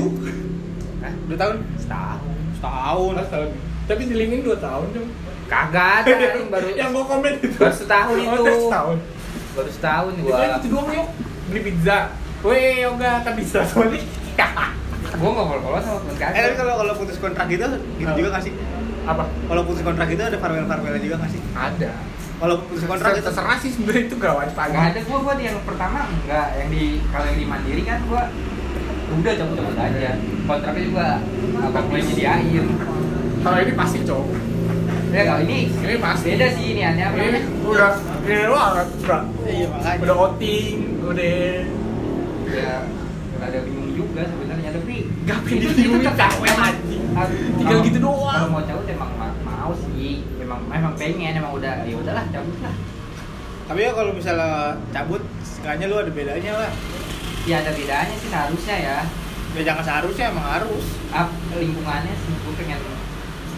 [SPEAKER 4] Hah?
[SPEAKER 3] dua tahun
[SPEAKER 4] Setahun.
[SPEAKER 3] setahun
[SPEAKER 2] tahun. Tapi di LinkedIn 2 tahun dong.
[SPEAKER 4] Kagak ada Ah, yang baru
[SPEAKER 2] [laughs] yang gua komen itu.
[SPEAKER 4] baru setahun
[SPEAKER 2] Oh,
[SPEAKER 4] itu.
[SPEAKER 2] setahun.
[SPEAKER 4] baru setahun
[SPEAKER 2] Itu
[SPEAKER 4] gua.
[SPEAKER 2] aja itu doang yuk. Beli pizza. Weh, yoga kan bisa soalnya.
[SPEAKER 4] Gua ngobrol ngobrol sama temen
[SPEAKER 3] eh tapi
[SPEAKER 4] kantor.
[SPEAKER 3] kalau kalau putus kontrak gitu gitu
[SPEAKER 2] Apa?
[SPEAKER 3] juga nggak sih
[SPEAKER 2] Apa?
[SPEAKER 3] kalau putus kontrak itu ada farewell farewell juga nggak sih
[SPEAKER 4] Ada.
[SPEAKER 3] kalau putus kontrak gitu. itu
[SPEAKER 2] terserah sih sebenarnya itu gak wajib
[SPEAKER 4] Enggak ada gua gua di yang pertama enggak yang di kalau yang di Mandiri kan gua udah cabut-cabut aja. Kontraknya juga apa gue nyediain.
[SPEAKER 2] Kalau ini pasti cowok.
[SPEAKER 4] Ya kalau ini
[SPEAKER 2] Ini pasti.
[SPEAKER 4] beda sih ini aneh apa
[SPEAKER 2] Ini
[SPEAKER 4] namanya?
[SPEAKER 2] udah ini banget, bro.
[SPEAKER 3] iya makanya
[SPEAKER 2] Udah outing, udah
[SPEAKER 4] ya ada bingung juga sebenarnya tapi
[SPEAKER 2] Gak
[SPEAKER 4] itu-
[SPEAKER 2] pengen
[SPEAKER 4] itu
[SPEAKER 2] dibingungin
[SPEAKER 4] tetap
[SPEAKER 2] cewek anjing.
[SPEAKER 4] harus-
[SPEAKER 2] Tinggal
[SPEAKER 4] kalau-
[SPEAKER 2] gitu doang.
[SPEAKER 4] kalau mau cabut emang ma- mau sih emang emang pengen emang udah ya udahlah cabut lah
[SPEAKER 3] tapi ya kalau misalnya cabut sekalinya lu ada bedanya lah
[SPEAKER 4] ya ada bedanya sih harusnya ya
[SPEAKER 3] ya jangan seharusnya emang harus
[SPEAKER 4] Ap, lingkungannya sih gue pengen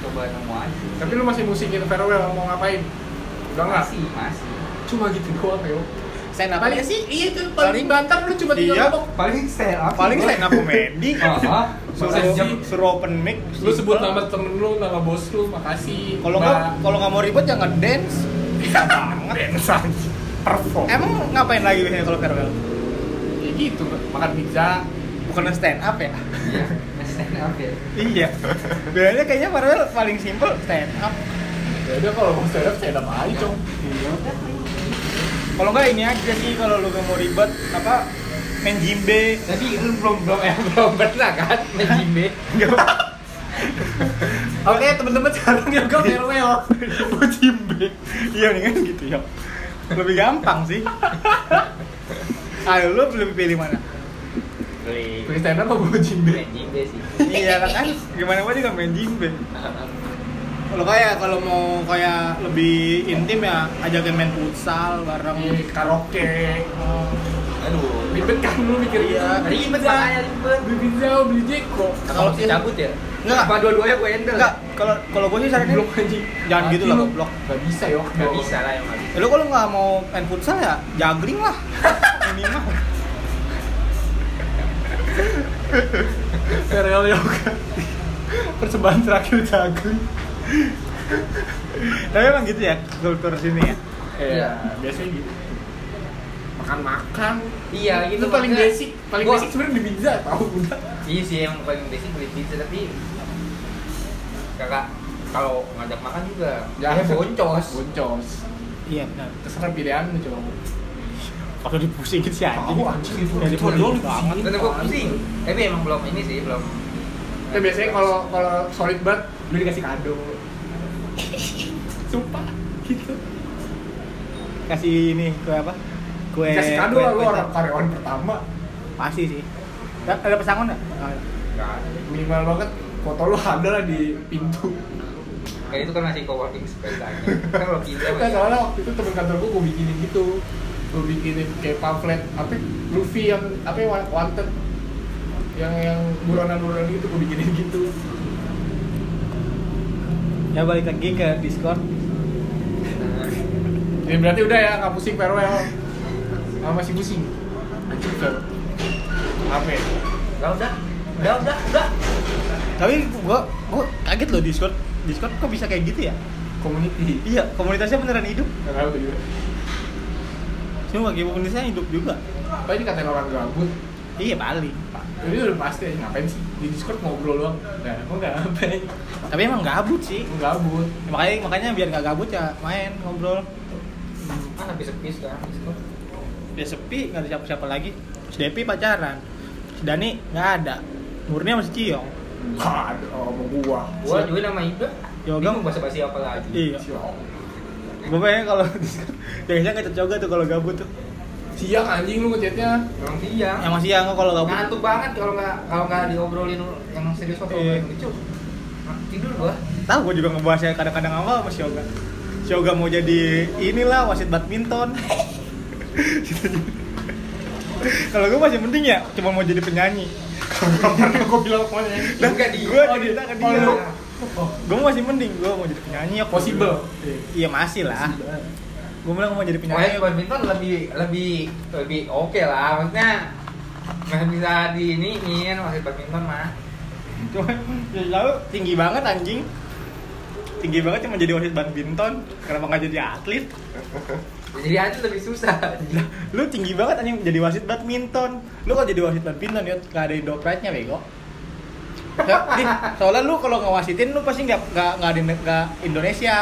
[SPEAKER 4] coba nemu aja sih.
[SPEAKER 2] Tapi lu masih musikin farewell mau ngapain? Udah nggak?
[SPEAKER 4] masih masih
[SPEAKER 2] Cuma gitu doang ya.
[SPEAKER 3] saya
[SPEAKER 2] Nah,
[SPEAKER 3] apa
[SPEAKER 2] paling
[SPEAKER 3] ya sih
[SPEAKER 2] sih iya tuh paling
[SPEAKER 3] Paling-
[SPEAKER 2] banter lu cuma tinggal
[SPEAKER 3] Iya.
[SPEAKER 2] ngomong.
[SPEAKER 4] paling Iya. saya apa
[SPEAKER 3] paling saya nggak komedi
[SPEAKER 4] [laughs] ah
[SPEAKER 3] suruh
[SPEAKER 2] Makasih.
[SPEAKER 3] suruh open mic
[SPEAKER 2] Lu sebut
[SPEAKER 3] Kalau-
[SPEAKER 2] nama temen lu, nama bos lu, makasih.
[SPEAKER 3] kalau nggak kalau nggak mau ribet jangan dance bisa
[SPEAKER 2] [laughs]
[SPEAKER 3] banget
[SPEAKER 2] bensan perform.
[SPEAKER 3] emang ngapain lagi biasanya kalau farewell
[SPEAKER 2] Ya gitu, makan pizza.
[SPEAKER 3] bukan stand up ya
[SPEAKER 4] iya stand up ya
[SPEAKER 3] [laughs] iya biasanya kayaknya farewell paling simple stand up
[SPEAKER 2] Ya udah kalau mau stand up stand up aja, Cong.
[SPEAKER 4] Ya udah, paling gitu.
[SPEAKER 3] kalau nggak ini aja sih kalau lu nggak mau ribet apa main jimbe
[SPEAKER 4] Tadi lu belum belum eh, belum pernah kan main jimbe?
[SPEAKER 2] Oke teman-teman sekarang yoga farewell.
[SPEAKER 3] mau [laughs] jimbe iya nih kan gitu ya lebih gampang [laughs] sih ayo lu lebih pilih mana
[SPEAKER 4] Beli
[SPEAKER 2] Gue stand up apa gue jimbe?
[SPEAKER 4] main jimbe sih.
[SPEAKER 3] iya lah [laughs] kan gimana gua juga main jimbe kalau kayak kalau mau kayak lebih intim ya ajakin main futsal bareng
[SPEAKER 2] Di karaoke.
[SPEAKER 1] Aduh.
[SPEAKER 2] Ribet kan lu mikir
[SPEAKER 3] Iya.
[SPEAKER 2] ya.
[SPEAKER 4] Ribet makanya ribet.
[SPEAKER 2] Beli pizzao, beli jeko.
[SPEAKER 4] Kalau sih cabut ya?
[SPEAKER 3] Nggak.
[SPEAKER 4] Apa dua-duanya gue handle?
[SPEAKER 3] enggak kalau kalau gue sih sarannya
[SPEAKER 2] Belum anjing.
[SPEAKER 3] Jangan
[SPEAKER 2] Mati
[SPEAKER 3] gitu lah,
[SPEAKER 2] lu.
[SPEAKER 3] goblok.
[SPEAKER 2] Gak bisa yo.
[SPEAKER 4] Gak bisa lah emang.
[SPEAKER 3] Ya lu kalau nggak mau main futsal ya juggling [laughs] lah minimal.
[SPEAKER 2] Farewell yoga. Persembahan terakhir jagung.
[SPEAKER 3] Tapi emang gitu ya kultur sini ya.
[SPEAKER 2] Iya, biasanya gitu. Makan-makan.
[SPEAKER 4] Iya gitu.
[SPEAKER 2] Itu paling
[SPEAKER 4] makanya-
[SPEAKER 2] basic, paling
[SPEAKER 4] Gua-
[SPEAKER 2] basic sebenarnya di pizza tahu udah.
[SPEAKER 4] Iya sih yang paling basic beli pizza tapi kakak kalau ngajak makan juga ya [laughs] boncos.
[SPEAKER 2] Boncos.
[SPEAKER 3] Iya benar.
[SPEAKER 2] Terserah pilihan lu coba.
[SPEAKER 3] Kalau dipusingin sih anjing.
[SPEAKER 2] Tahu, anjing, itu-
[SPEAKER 3] Ya,
[SPEAKER 2] itu
[SPEAKER 3] dipusingin
[SPEAKER 2] doang
[SPEAKER 3] banget.
[SPEAKER 2] dipusingin.
[SPEAKER 4] Kata gue pusing. Tapi emang belum ini sih belum.
[SPEAKER 2] Tapi biasanya kalau kalau solid banget lu dikasih kado. Sumpah gitu.
[SPEAKER 3] Kasih ini kue apa? Kue.
[SPEAKER 2] Dikasih kado
[SPEAKER 3] kue-
[SPEAKER 2] lah lu
[SPEAKER 3] kue-
[SPEAKER 2] orang karyawan pertama.
[SPEAKER 3] Pasti sih. Da- Ada pesangon nggak?
[SPEAKER 4] Nggak ada.
[SPEAKER 2] Minimal banget foto lu ada lah di pintu.
[SPEAKER 4] Kayak itu kan masih co-working space aja. Kan kalau pizza
[SPEAKER 2] Nah,
[SPEAKER 4] masih.
[SPEAKER 2] soalnya waktu itu temen kantor gua, gua bikinin gitu Gua bikinin kayak pamflet apa Luffy yang apa yang wa- wanted yang yang buronan-buronan gitu gua bikinin gitu
[SPEAKER 3] Ya balik lagi ke Discord.
[SPEAKER 2] jadi berarti udah ya nggak pusing farewell ah, masih pusing anjing Fer. apa ya?
[SPEAKER 4] Nah, udah, udah, udah, udah.
[SPEAKER 3] Tapi gua gua kaget loh Discord. Discord kok bisa kayak gitu ya?
[SPEAKER 2] community
[SPEAKER 3] Iya, komunitasnya beneran hidup.
[SPEAKER 2] nggak tahu juga
[SPEAKER 3] Semua komunitasnya hidup juga.
[SPEAKER 2] apa ini katain orang gabut
[SPEAKER 3] Iya, Bali.
[SPEAKER 2] jadi udah pasti aja ngapain sih di discord ngobrol doang nggak gua nggak ngapain
[SPEAKER 3] Tapi emang gabut sih.
[SPEAKER 2] gua gabut
[SPEAKER 3] Ya, makanya makanya biar nggak gabut ya main ngobrol
[SPEAKER 4] Kan habis sepi sekarang Discord.
[SPEAKER 3] biar sepi nggak ada siapa-siapa lagi si Depi pacaran si Dani nggak ada murni masih Ciong
[SPEAKER 2] nggak ada oh, sama gua
[SPEAKER 4] Gua join sama Ida.
[SPEAKER 3] Yoga.
[SPEAKER 4] Bingung basa-basi apa lagi.
[SPEAKER 3] iya
[SPEAKER 2] Sial.
[SPEAKER 3] gue pengen kalau [laughs] jangan ngecat yoga tuh kalau gabut tuh
[SPEAKER 2] siang anjing lu ngechatnya
[SPEAKER 4] Emang siang.
[SPEAKER 3] yang masih yang kalau gabut
[SPEAKER 4] ngantuk banget kalau nggak kalau nggak diobrolin yang serius atau
[SPEAKER 3] Iya.
[SPEAKER 4] yang lucu Nah, tidur gua
[SPEAKER 3] tahu gue juga ngebahasnya kadang-kadang awal sama si yoga si yoga mau jadi inilah wasit badminton [laughs] kalau gue masih penting ya cuma mau jadi penyanyi
[SPEAKER 2] gua bilang mau nyanyi
[SPEAKER 3] Lah,
[SPEAKER 4] Enggak, di-
[SPEAKER 3] gua
[SPEAKER 2] oh,
[SPEAKER 3] cerita ke
[SPEAKER 2] oh,
[SPEAKER 3] dia
[SPEAKER 2] lu.
[SPEAKER 3] gue masih mending gue mau jadi penyanyi ya
[SPEAKER 2] possible
[SPEAKER 3] iya masih lah gue bilang mau jadi penyanyi
[SPEAKER 4] pokoknya badminton lebih lebih lebih oke lah maksudnya masih bisa di ini ingin masih badminton mah
[SPEAKER 3] cuma ya tahu tinggi banget anjing tinggi banget cuma jadi wasit badminton kenapa nggak jadi atlet
[SPEAKER 4] jadi aja lebih susah
[SPEAKER 3] Lah, lu tinggi banget anjing jadi wasit badminton lu kalau jadi wasit badminton ya nggak ada dopratnya bego ya, nih, soalnya lu kalau ngewasitin lu pasti nggak nggak nggak ada nggak Indonesia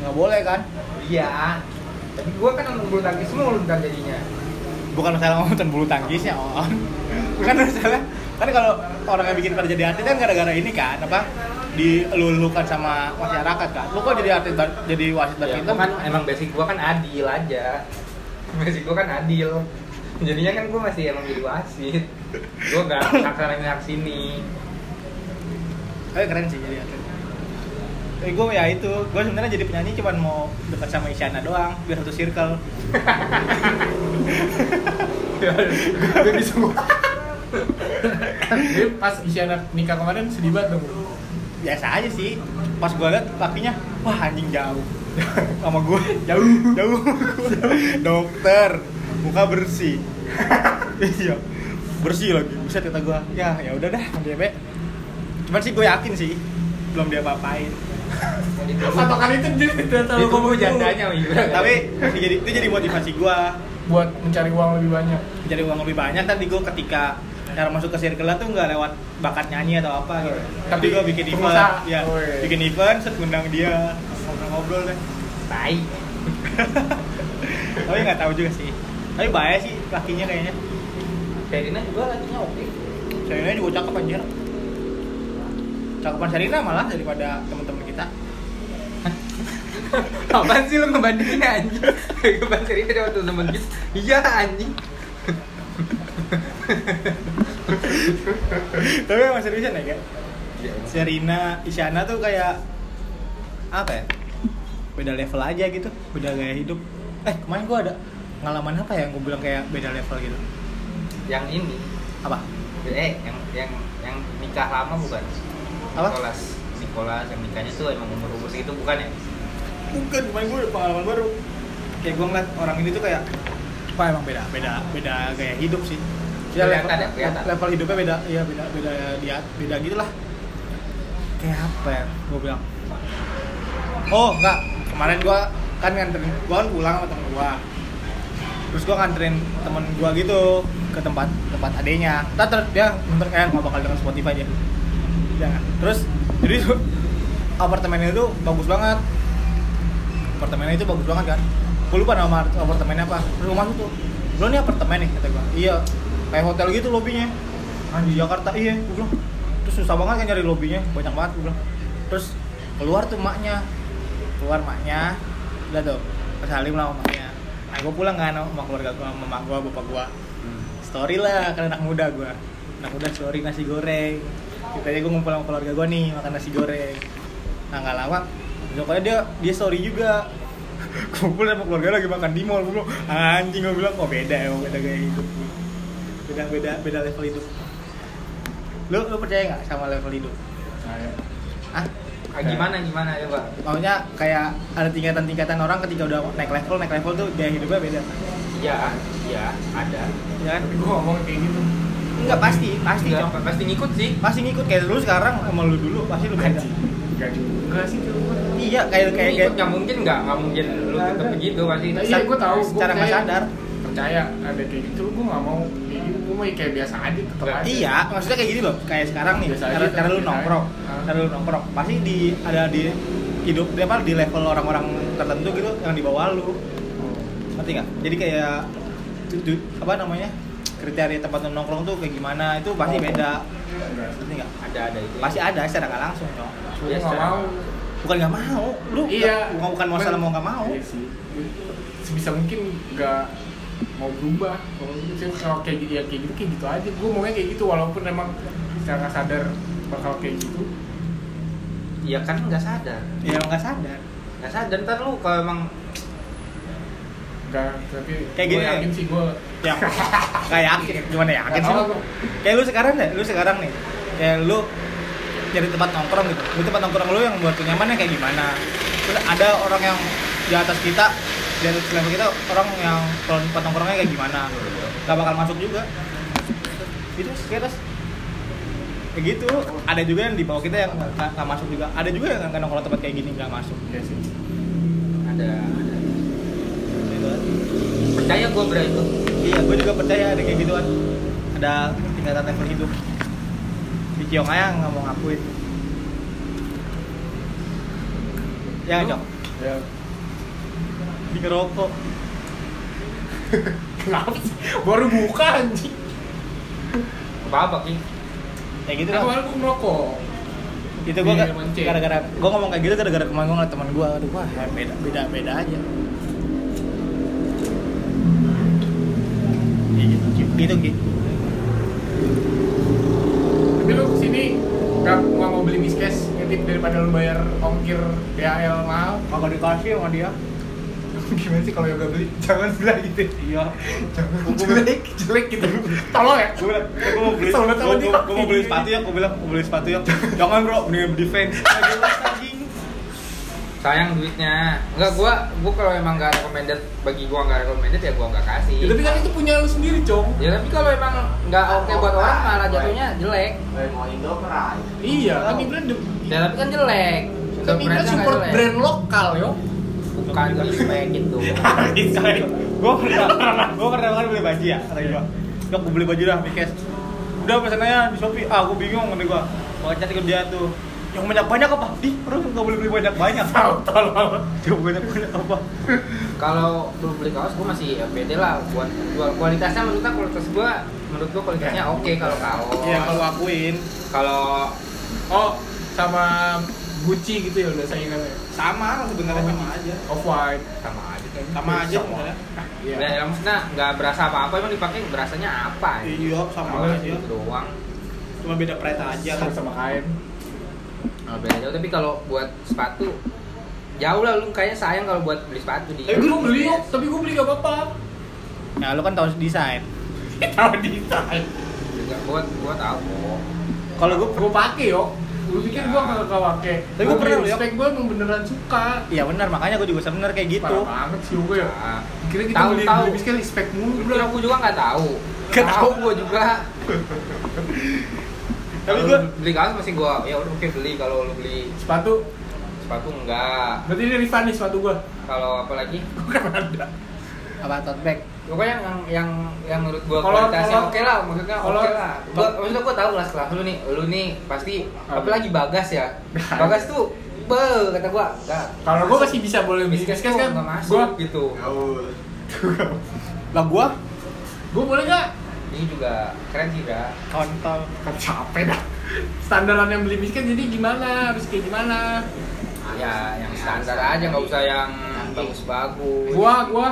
[SPEAKER 3] nggak boleh kan
[SPEAKER 4] iya tapi gua kan emang bulu tangkis mulu ntar jadinya
[SPEAKER 3] bukan masalah nonton bulu tangkisnya on bukan masalah kan kalau orang yang bikin pada jadi atlet kan gara-gara ini kan apa dilulukan sama masyarakat kan lu kok jadi atlet bad- jadi wasit
[SPEAKER 4] ya,
[SPEAKER 3] badminton
[SPEAKER 4] gua kan emang basic gua kan adil aja [laughs] basic gua kan adil jadinya kan gua masih emang jadi wasit gua nggak laksanain hak sini
[SPEAKER 3] Tapi keren sih jadi atlet. Eh gue ya itu, gue sebenarnya jadi penyanyi cuman mau dekat sama Isyana doang, biar satu circle.
[SPEAKER 2] Gak bisa gua. Jadi pas Isyana nikah kemarin sedih banget dong
[SPEAKER 3] Biasa aja sih. Pas gue liat lakinya, wah anjing jauh. [laughs] sama gue
[SPEAKER 2] Jauh
[SPEAKER 3] jauh. [laughs] Dokter, muka bersih. [laughs] iya, bersih lagi. Buset kata gue, ya ya udah dah, bebe. Cuman sih gue yakin sih, belum dia apa-apain.
[SPEAKER 2] Satu kali itu dia tidak tahu
[SPEAKER 4] itu
[SPEAKER 2] ngomong
[SPEAKER 4] gua
[SPEAKER 2] dulu.
[SPEAKER 4] jandanya Wibra.
[SPEAKER 3] Tapi itu jadi, itu jadi motivasi gue
[SPEAKER 2] Buat mencari uang lebih banyak
[SPEAKER 3] jadi uang lebih banyak tapi gue ketika cara masuk ke circle tuh nggak lewat bakat nyanyi atau apa gitu tapi gue bikin event
[SPEAKER 2] pengusaha.
[SPEAKER 3] ya
[SPEAKER 2] Oh, iya.
[SPEAKER 3] bikin event set ngundang dia ngobrol-ngobrol deh
[SPEAKER 4] tai
[SPEAKER 3] tapi nggak tahu juga sih tapi bahaya sih lakinya kayaknya
[SPEAKER 4] Serina juga lakinya oke
[SPEAKER 3] Serena juga cakep anjir cakepan Serena malah daripada teman-teman kita
[SPEAKER 4] Apaan sih lu ngebandingin anjing? Ngebandingin Serina dia waktu temen gitu Iya anjing
[SPEAKER 3] [laughs] tapi emang seriusan ya kayak Serena Isyana tuh kayak apa ya beda level aja gitu beda gaya hidup eh kemarin gua ada pengalaman apa ya yang gue bilang kayak beda level gitu
[SPEAKER 4] Yang ini
[SPEAKER 3] apa
[SPEAKER 4] Eh yang yang yang nikah lama bukan?
[SPEAKER 3] Apa?
[SPEAKER 4] Nicholas Nicholas yang nikahnya tuh emang umur-umur segitu bukan ya?
[SPEAKER 3] bukan kemarin gue ada pengalaman baru kayak gue ngeliat orang ini tuh kayak wah emang beda beda beda gaya hidup sih Dia
[SPEAKER 4] Kelihatan
[SPEAKER 3] level,
[SPEAKER 4] ya, kelihatan.
[SPEAKER 3] level hidupnya beda iya beda beda dia beda gitu lah kayak apa ya gue bilang oh enggak kemarin gue kan nganterin gue kan pulang sama temen gue terus gue nganterin temen gue gitu ke tempat tempat adenya Ntar dia ntar kayak nggak bakal dengan Spotify dia jangan terus jadi [laughs] tuh, apartemennya itu bagus banget apartemennya itu bagus banget kan gue lupa nama apart- apartemennya apa terus rumah tuh lo nih apartemen nih kata gue iya kayak hotel gitu lobbynya kan di Jakarta iya gue bilang terus susah banget kan nyari lobbynya banyak banget gue bilang terus keluar tuh maknya keluar maknya udah tuh kesalim lah sama maknya nah gue pulang kan sama keluarga gue sama mak gue bapak gue story lah kan anak muda gue anak muda story nasi goreng ceritanya gue ngumpul sama keluarga gue nih makan nasi goreng nah nggak lama pokoknya dia dia story juga [laughs] kumpul sama keluarga lagi makan di mall gue bilang anjing gue bilang kok beda ya beda gaya hidup beda beda beda level hidup lu lu percaya nggak sama level hidup
[SPEAKER 2] Nah, ya.
[SPEAKER 3] ah
[SPEAKER 4] Ah, gimana gimana coba?
[SPEAKER 3] maunya kayak ada tingkatan-tingkatan orang ketika udah naik level naik level tuh gaya hidupnya beda
[SPEAKER 4] Iya, iya, ada.
[SPEAKER 3] ya kan
[SPEAKER 2] Tapi gue ngomong kayak gitu.
[SPEAKER 3] enggak pasti pasti
[SPEAKER 4] Nggak,
[SPEAKER 3] Cong.
[SPEAKER 4] pasti ngikut sih.
[SPEAKER 3] pasti ngikut kayak dulu sekarang sama lu dulu pasti lu
[SPEAKER 2] kan
[SPEAKER 3] beda
[SPEAKER 2] Gak juga sih tuh.
[SPEAKER 3] iya kayak kayak
[SPEAKER 4] Ngikut
[SPEAKER 3] kayak
[SPEAKER 4] nggak mungkin nggak nggak mungkin lu
[SPEAKER 2] Nggak
[SPEAKER 4] tetap
[SPEAKER 2] ada.
[SPEAKER 4] begitu pasti.
[SPEAKER 2] Nah, iya, gue tahu. Gua
[SPEAKER 3] secara nggak
[SPEAKER 2] percaya.
[SPEAKER 3] sadar
[SPEAKER 2] Percaya ada kayak gitu, gue nggak mau kayak gitu. Gue mau kayak biasa aja, tetap
[SPEAKER 4] Nggak,
[SPEAKER 2] aja.
[SPEAKER 3] iya maksudnya kayak gini loh kayak sekarang nih
[SPEAKER 2] Biasa
[SPEAKER 3] cara
[SPEAKER 2] aja, kan. Ah.
[SPEAKER 3] cara lu
[SPEAKER 2] biasa
[SPEAKER 3] nongkrong
[SPEAKER 2] aja.
[SPEAKER 3] cara lu nongkrong pasti di ada di hidup di apa di level orang-orang tertentu gitu yang di bawah lu
[SPEAKER 2] Oh.
[SPEAKER 3] ngerti nggak jadi kayak tu- tu- apa namanya kriteria tempat lu nongkrong tuh kayak gimana itu pasti beda
[SPEAKER 2] Nggak sih.
[SPEAKER 3] ngerti nggak
[SPEAKER 4] Ada ada itu.
[SPEAKER 3] pasti ada secara nggak langsung dong
[SPEAKER 2] Gue
[SPEAKER 4] Biasa.
[SPEAKER 2] nggak mau.
[SPEAKER 3] bukan nggak mau lu
[SPEAKER 2] Iya.
[SPEAKER 3] bukan bukan masalah mau nggak mau
[SPEAKER 2] Iya sih. Gua Sebisa mungkin nggak mau berubah. Kalau gitu sih, kalau kayak gitu ya kayak gitu kayak gitu aja. Gue maunya kayak gitu walaupun emang secara nggak sadar bakal kayak gitu.
[SPEAKER 4] Iya kan nggak sadar.
[SPEAKER 3] ya emang nggak sadar
[SPEAKER 4] Nggak sadar ntar lu kalau emang
[SPEAKER 2] Gak, tapi
[SPEAKER 3] Kayak
[SPEAKER 2] gua
[SPEAKER 3] gini ya?
[SPEAKER 2] yakin sih gue [laughs]
[SPEAKER 3] ya nggak yakin gimana yakin sih lu? kayak lu sekarang deh lu sekarang nih kayak lu jadi tempat nongkrong gitu lu tempat nongkrong lu yang buat lu nyamannya kayak gimana terus ada orang yang di atas kita di atas level kita orang yang kalau tempat nongkrongnya kayak gimana gak bakal masuk juga itu kayak terus kayak gitu ada juga yang di bawah kita yang gak, gak masuk juga ada juga yang nggak nongkrong tempat kayak gini gak masuk
[SPEAKER 2] Iya sih.
[SPEAKER 4] ada ada.
[SPEAKER 3] gitu.
[SPEAKER 4] Percaya gue bro itu.
[SPEAKER 3] Iya, gue juga percaya ada kayak gituan. Ada tingkatan level hidup. Di Ciong aja nggak mau ngakuin. Ya, Cong.
[SPEAKER 2] Ya.
[SPEAKER 3] Di ngerokok.
[SPEAKER 2] Kenapa sih? Baru buka anjing.
[SPEAKER 4] Apa apa sih?
[SPEAKER 3] Ya gitu
[SPEAKER 2] Nah,
[SPEAKER 3] kan.
[SPEAKER 2] kemarin gue merokok.
[SPEAKER 3] Itu gue
[SPEAKER 2] Iya,
[SPEAKER 3] ga-
[SPEAKER 2] mancing.
[SPEAKER 3] gara-gara gue ngomong kayak gitu gara-gara kemarin gue ngeliat teman gue, aduh wah ya beda beda beda aja. Ya gitu, Ci. gitu, gitu.
[SPEAKER 2] Tapi lu kesini nggak nggak mau beli miscash ngetip daripada lu bayar ongkir DHL mahal. [laughs]
[SPEAKER 3] Kagak dikasih sama dia.
[SPEAKER 2] Gimana sih kalau yoga beli? Jangan sebelah gitu.
[SPEAKER 3] Iya.
[SPEAKER 2] jelek, jelek gitu. [laughs] Tolong ya.
[SPEAKER 3] gue bilang, "Eh, gue mau beli,
[SPEAKER 2] Kesel
[SPEAKER 3] gue,
[SPEAKER 2] banget sama dia.
[SPEAKER 3] gue- gue mau beli sepatu ya, gue bilang, gue beli sepatu ya, jangan bro, mendingan defense.
[SPEAKER 4] Sayang duitnya. Enggak gue gue kalau emang nggak recommended bagi gue nggak recommended ya gue nggak kasih.
[SPEAKER 2] Ya, tapi kan itu punya lu sendiri, Cong.
[SPEAKER 4] Ya tapi kalau emang nggak oke buat orang malah jatuhnya jelek.
[SPEAKER 1] mau Indo perai.
[SPEAKER 2] Iya, kan Ibran de-
[SPEAKER 4] Ya tapi kan jelek. Udah
[SPEAKER 2] tapi Ibran
[SPEAKER 4] brandnya nggak
[SPEAKER 2] support
[SPEAKER 4] jelek.
[SPEAKER 2] brand lokal, yo.
[SPEAKER 4] bukan [laughs] tapi kayak gitu.
[SPEAKER 3] gue pernah, gue pernah kan beli baju ya, kata gue, dok gue beli baju dah, mikes. Udah pesan aja di Shopee, ah gue bingung, kata gue, mau chat ke dia tuh. Ya yang banyak banyak apa di orang nggak boleh beli banyak banyak
[SPEAKER 2] Tahu, tolol.
[SPEAKER 3] yang banyak banyak apa
[SPEAKER 4] kalau lu beli kaos gue masih ya pede lah buat jual kualitasnya menurut gua, kualitas gue menurut gue kualitasnya oke kalau kaos
[SPEAKER 3] ya kalau akuin
[SPEAKER 4] kalau
[SPEAKER 2] Oh, sama Gucci gitu ya Oh. udah saingannya.
[SPEAKER 3] sama sebenarnya sama aja
[SPEAKER 2] Off white.
[SPEAKER 4] sama aja kan
[SPEAKER 3] sama aja sebenarnya
[SPEAKER 2] Iya.
[SPEAKER 3] Iya.
[SPEAKER 4] Nah, ya, maksudnya nggak berasa apa-apa emang dipakai berasanya apa ya?
[SPEAKER 3] iya sama
[SPEAKER 4] Kalau
[SPEAKER 3] aja
[SPEAKER 4] itu doang
[SPEAKER 3] cuma beda pereta aja kan
[SPEAKER 2] Sama sama kain.
[SPEAKER 4] Nah, beda jauh tapi kalau buat sepatu jauh lah lu kayaknya sayang kalau buat beli sepatu
[SPEAKER 3] Eh,
[SPEAKER 4] di
[SPEAKER 2] Tapi gue beli, tapi gue beli gak apa-apa.
[SPEAKER 3] nah lu kan tahu desain
[SPEAKER 2] [laughs] Tahu desain.
[SPEAKER 4] juga buat buat apa
[SPEAKER 3] kalau gue
[SPEAKER 2] Gue pakai yo. Lu pikir gue gak gak pakai?
[SPEAKER 3] Tapi gua pernah, Yok.
[SPEAKER 2] Spek gue emang beneran suka.
[SPEAKER 3] iya benar makanya gue juga sebenernya kayak gitu
[SPEAKER 2] Parah banget sih gue ya.
[SPEAKER 4] Nah,
[SPEAKER 2] Kira kita
[SPEAKER 4] Tahu,
[SPEAKER 2] beli
[SPEAKER 4] tahu.
[SPEAKER 2] beli biskit spek mulu
[SPEAKER 4] jujur
[SPEAKER 2] bro.
[SPEAKER 4] aku juga nggak tahu
[SPEAKER 3] Nggak tahu.
[SPEAKER 4] gue juga
[SPEAKER 3] tapi
[SPEAKER 4] Kalau
[SPEAKER 3] gue
[SPEAKER 4] lu beli kaos masih gue ya udah oke beli kalau lu beli
[SPEAKER 2] Sepatu,
[SPEAKER 4] sepatu enggak
[SPEAKER 2] berarti ini refund nih sepatu [laughs] kan gue.
[SPEAKER 4] kalau apa lagi
[SPEAKER 3] apa tote bag
[SPEAKER 4] pokoknya yang yang yang, yang menurut gua
[SPEAKER 2] Kalau-
[SPEAKER 4] kualitasnya
[SPEAKER 2] kalau-
[SPEAKER 4] oke lah maksudnya oke
[SPEAKER 2] kalau- Ah.
[SPEAKER 4] lah gua, maksudnya gua tahu kelas kelas lu nih lu nih pasti
[SPEAKER 2] Apa?
[SPEAKER 4] apalagi bagas
[SPEAKER 2] [laughs]
[SPEAKER 4] ya bagas tuh be kata gua enggak
[SPEAKER 2] Kalau gue masih bisa boleh beli
[SPEAKER 4] bisnis
[SPEAKER 2] biskit
[SPEAKER 4] kan
[SPEAKER 2] kan.
[SPEAKER 4] masuk
[SPEAKER 2] Gue,
[SPEAKER 4] gitu
[SPEAKER 1] Gaul.
[SPEAKER 3] lah gue
[SPEAKER 2] gue boleh gak?
[SPEAKER 4] ini juga keren sih dah
[SPEAKER 3] kontol [laughs]
[SPEAKER 2] Kan capek dah. Standaran yang beli biskit jadi gimana? Harus kayak gimana?
[SPEAKER 4] ya yang standar aja nggak usah yang bagus bagus
[SPEAKER 2] Gua, gua.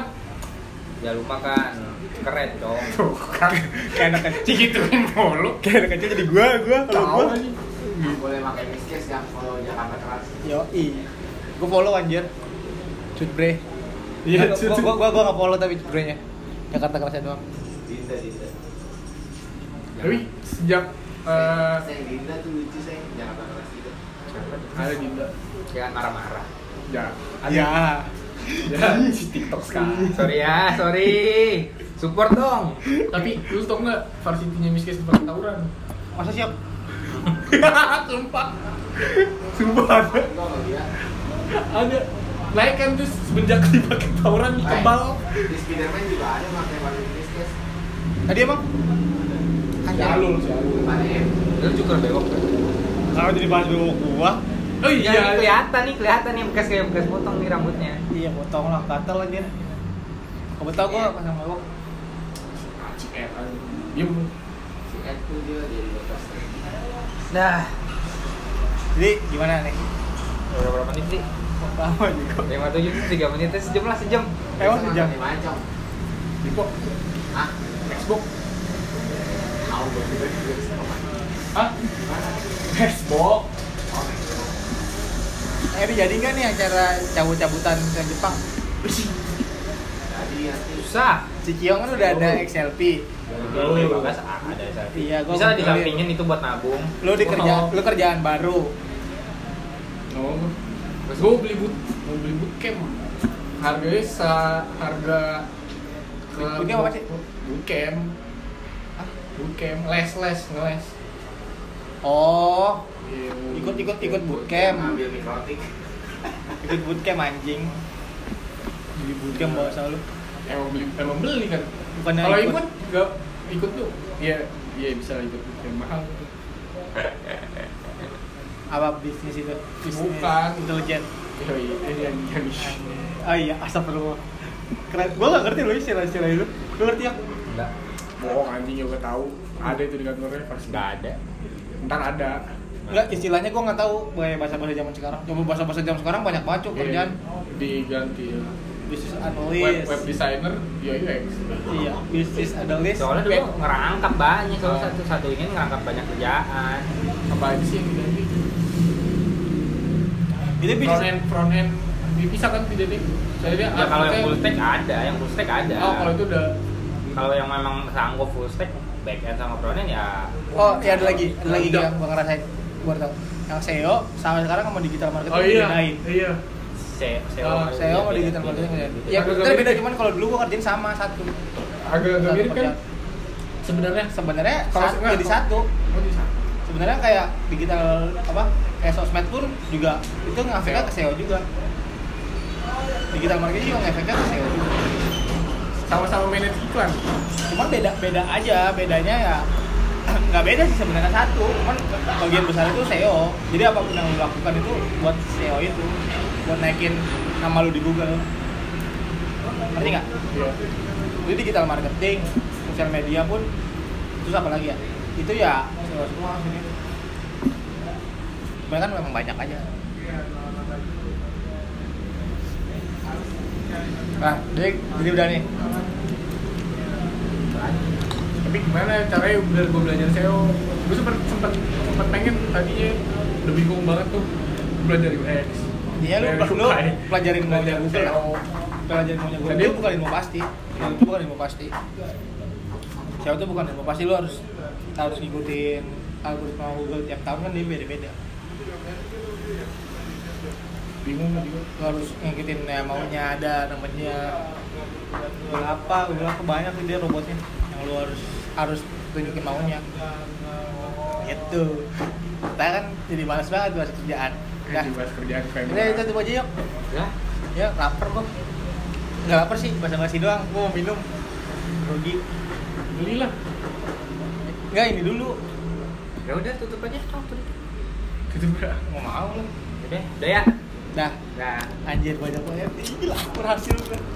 [SPEAKER 4] ya lu makan keren
[SPEAKER 2] [laughs]
[SPEAKER 4] dong
[SPEAKER 2] Tuh kan.
[SPEAKER 3] kayak anak kecil
[SPEAKER 2] Digituin gitu, kan, mulu.
[SPEAKER 3] kayak anak kecil jadi gue gue kalau
[SPEAKER 2] Tahu
[SPEAKER 3] gue
[SPEAKER 2] aja.
[SPEAKER 1] Boleh pakai miskes yang kalau Jakarta keras.
[SPEAKER 3] yo gue follow anjir cut bre
[SPEAKER 2] Iya,
[SPEAKER 3] gue gue gue gue nggak follow tapi cut bre nya Jakarta kerasnya doang
[SPEAKER 1] Dinda, Dinda.
[SPEAKER 2] Tapi sejak eh,
[SPEAKER 1] Sayang Dinda tuh lucu sayang Jakarta keras gitu.
[SPEAKER 2] ada Dinda.
[SPEAKER 4] jangan marah-marah
[SPEAKER 2] Ya.
[SPEAKER 3] ya
[SPEAKER 2] Ya, si TikTok sekarang.
[SPEAKER 4] sorry ya sorry support dong
[SPEAKER 2] Tapi lu tau nggak varsitinya miskin sempat tawuran?
[SPEAKER 3] masa siap
[SPEAKER 2] [laughs] Sumpah. Sumpah ada.
[SPEAKER 1] Enggak kalau dia.
[SPEAKER 2] Ada. Naik kan terus semenjak dipakai tawuran dikebal.
[SPEAKER 1] Di Spiderman juga ada pakai pakai miskes.
[SPEAKER 3] tadi emang
[SPEAKER 2] Kan Jalur sih.
[SPEAKER 1] Mana?
[SPEAKER 4] lu juga bewok kan?
[SPEAKER 3] kalau jadi bahas dulu gua
[SPEAKER 2] Oh
[SPEAKER 4] Ya,
[SPEAKER 2] iya.
[SPEAKER 4] ini kelihatan nih, kelihatan nih bekas kayak bekas potong nih rambutnya.
[SPEAKER 3] iya potong lah gatel anjir kamu tau gue pasang mabok
[SPEAKER 2] Ciket aja. Diem.
[SPEAKER 1] Si Ed tuh dia jadi lepas.
[SPEAKER 4] Dah,
[SPEAKER 3] jadi gimana nih
[SPEAKER 4] udah berapa menit sih?
[SPEAKER 3] lama juga
[SPEAKER 4] Lima tujuh tiga menit eh, sejam lah sejam.
[SPEAKER 3] emang sejam
[SPEAKER 1] Nih mancong.
[SPEAKER 2] Dipo.
[SPEAKER 1] Ah,
[SPEAKER 2] Xbox.
[SPEAKER 1] mau gue juga juga sama mancong.
[SPEAKER 2] Hah? Xbox.
[SPEAKER 3] eh ini jadi nggak nih acara cabut-cabutan ke Jepang [laughs]
[SPEAKER 1] Jadi nanti
[SPEAKER 4] Susah.
[SPEAKER 3] Cikiong kan udah ada XLP
[SPEAKER 4] Lu ya bagas ada selfie.
[SPEAKER 3] iya gue
[SPEAKER 4] Bisa disampingin itu buat nabung.
[SPEAKER 3] lu di kerja
[SPEAKER 2] Oh.
[SPEAKER 3] lu kerjaan baru
[SPEAKER 2] Oh. Gue beli boot, mau beli bootcamp. Harganya eh, seharga
[SPEAKER 3] Bootcamp apa sih?
[SPEAKER 2] Bootcamp.
[SPEAKER 3] Ah?
[SPEAKER 2] Bootcamp, les les ngeles.
[SPEAKER 3] oh
[SPEAKER 2] Iya, mau-
[SPEAKER 3] ikut ikut ikut bootcamp
[SPEAKER 1] ambil mikrotik.
[SPEAKER 3] ikut bootcamp anjing jadi bootcamp bawa selalu
[SPEAKER 2] Emang Eh, beli, emang beli kan.
[SPEAKER 3] Bukannya
[SPEAKER 2] Kalau
[SPEAKER 3] ikut.
[SPEAKER 2] ikut nggak ikut tuh, ya ya bisa ikut bootcamp mahal. Iya,
[SPEAKER 3] apa bisnis itu bisnis
[SPEAKER 2] Bukan.
[SPEAKER 3] intelijen
[SPEAKER 2] Ya iya, eh, yang yang
[SPEAKER 3] oh iya asap rumah keren gue gak ngerti loh istilah-istilah itu lu ngerti ya
[SPEAKER 4] Enggak.
[SPEAKER 2] bohong anjing juga tahu. Ada itu di kantornya pasti.
[SPEAKER 4] Enggak ada.
[SPEAKER 2] Ntar ada.
[SPEAKER 3] Enggak, istilahnya gue nggak tahu kayak bahasa-bahasa zaman sekarang. Coba bahasa-bahasa zaman sekarang banyak banget cuk kerjaan. Oh, iya,
[SPEAKER 2] Iya, diganti. ya.
[SPEAKER 3] Bisnis
[SPEAKER 2] Web,
[SPEAKER 3] analis.
[SPEAKER 2] web designer, ya UX.
[SPEAKER 3] Iya, bisnis analis.
[SPEAKER 4] Soalnya dulu
[SPEAKER 3] web-
[SPEAKER 4] ngerangkap banyak, soalnya
[SPEAKER 2] Oh.
[SPEAKER 4] satu satu ingin ngerangkap banyak kerjaan.
[SPEAKER 2] Apa aja sih yang diganti?
[SPEAKER 3] itu
[SPEAKER 2] front
[SPEAKER 3] bisnis.
[SPEAKER 2] end front end dipisah kan tidak deh saya dia
[SPEAKER 4] Ya kalau yang
[SPEAKER 2] arsitek-
[SPEAKER 4] full stack ada, yang full stack ada.
[SPEAKER 2] oh kalau itu udah
[SPEAKER 4] Kalau yang memang sanggup full stack back end sama front end ya
[SPEAKER 3] Oh, iya ada lagi, ada lagi
[SPEAKER 2] Udah.
[SPEAKER 3] yang gue ngerasain. Gue tahu. Yang SEO sama sekarang sama digital marketing
[SPEAKER 2] oh iya
[SPEAKER 3] dibedain.
[SPEAKER 2] iya
[SPEAKER 4] SEO
[SPEAKER 2] Oh,
[SPEAKER 3] SEO sama digital marketing beda. Ya,
[SPEAKER 2] Agak-agak
[SPEAKER 3] kita beda
[SPEAKER 2] mirip.
[SPEAKER 3] cuman kalau dulu gue ngerjain sama satu.
[SPEAKER 2] agak agak mirip kan
[SPEAKER 3] Kerjaan.
[SPEAKER 2] sebenarnya
[SPEAKER 3] Sebenarnya
[SPEAKER 2] Kalau
[SPEAKER 3] satu,
[SPEAKER 2] enggak,
[SPEAKER 3] jadi
[SPEAKER 2] kalau-
[SPEAKER 3] satu.
[SPEAKER 2] oh, bisa.
[SPEAKER 3] Sebenarnya kayak digital apa? Kayak sosmed pun juga itu ngefeknya ke SEO juga. Digital marketing juga ngefeknya ke SEO juga.
[SPEAKER 2] sama-sama manage iklan
[SPEAKER 3] cuma beda beda aja bedanya ya [clears throat] nggak beda sih sebenarnya satu cuman bagian besar itu SEO jadi apapun yang lo lakukan itu buat SEO itu buat naikin nama lu di Google ngerti nggak
[SPEAKER 2] Iya.
[SPEAKER 3] jadi digital marketing sosial media pun terus apa lagi ya itu ya SEO semua sini Sebenarnya kan memang banyak aja nah jadi, jadi udah nih
[SPEAKER 2] tapi gimana caranya biar gue belajar SEO gue sempet sempet sempet pengen tadinya udah bingung banget tuh belajar UX
[SPEAKER 3] Iya lu,
[SPEAKER 2] belajar
[SPEAKER 3] lu
[SPEAKER 2] UI,
[SPEAKER 3] pelajarin maunya
[SPEAKER 2] belajar
[SPEAKER 3] Google lah.
[SPEAKER 2] SEO.
[SPEAKER 3] Pelajarin maunya Google.
[SPEAKER 2] Jadi-
[SPEAKER 3] Itu bukan ilmu pasti. Itu bukan ilmu pasti. SEO itu bukan ilmu pasti lu harus harus ngikutin algoritma Google tiap tahun kan dia beda-beda.
[SPEAKER 2] bingung kan juga
[SPEAKER 3] Lu harus ngikutin ya, maunya ada namanya Google apa, Google apa banyak sih dia robotnya yang lu harus harus tunjukin maunya. Gitu. Kita kan jadi malas banget bahas kerjaan.
[SPEAKER 2] ya.
[SPEAKER 3] Udah.
[SPEAKER 2] dibahas kerjaan kayak
[SPEAKER 3] Udah itu aja yuk.
[SPEAKER 4] Ya.
[SPEAKER 3] Ya, lapar gua. Enggak lapar sih, bahasa basi doang. Gua mau minum. Rugi.
[SPEAKER 2] belilah
[SPEAKER 3] Enggak ini dulu.
[SPEAKER 4] Ya udah tutup aja. Oh, tutup.
[SPEAKER 2] gitu bro
[SPEAKER 3] Mau mau lu.
[SPEAKER 4] Udah, udah ya.
[SPEAKER 3] Dah,
[SPEAKER 4] Nah.
[SPEAKER 3] anjir gua jago ya. Ih, Lapar hasil gua.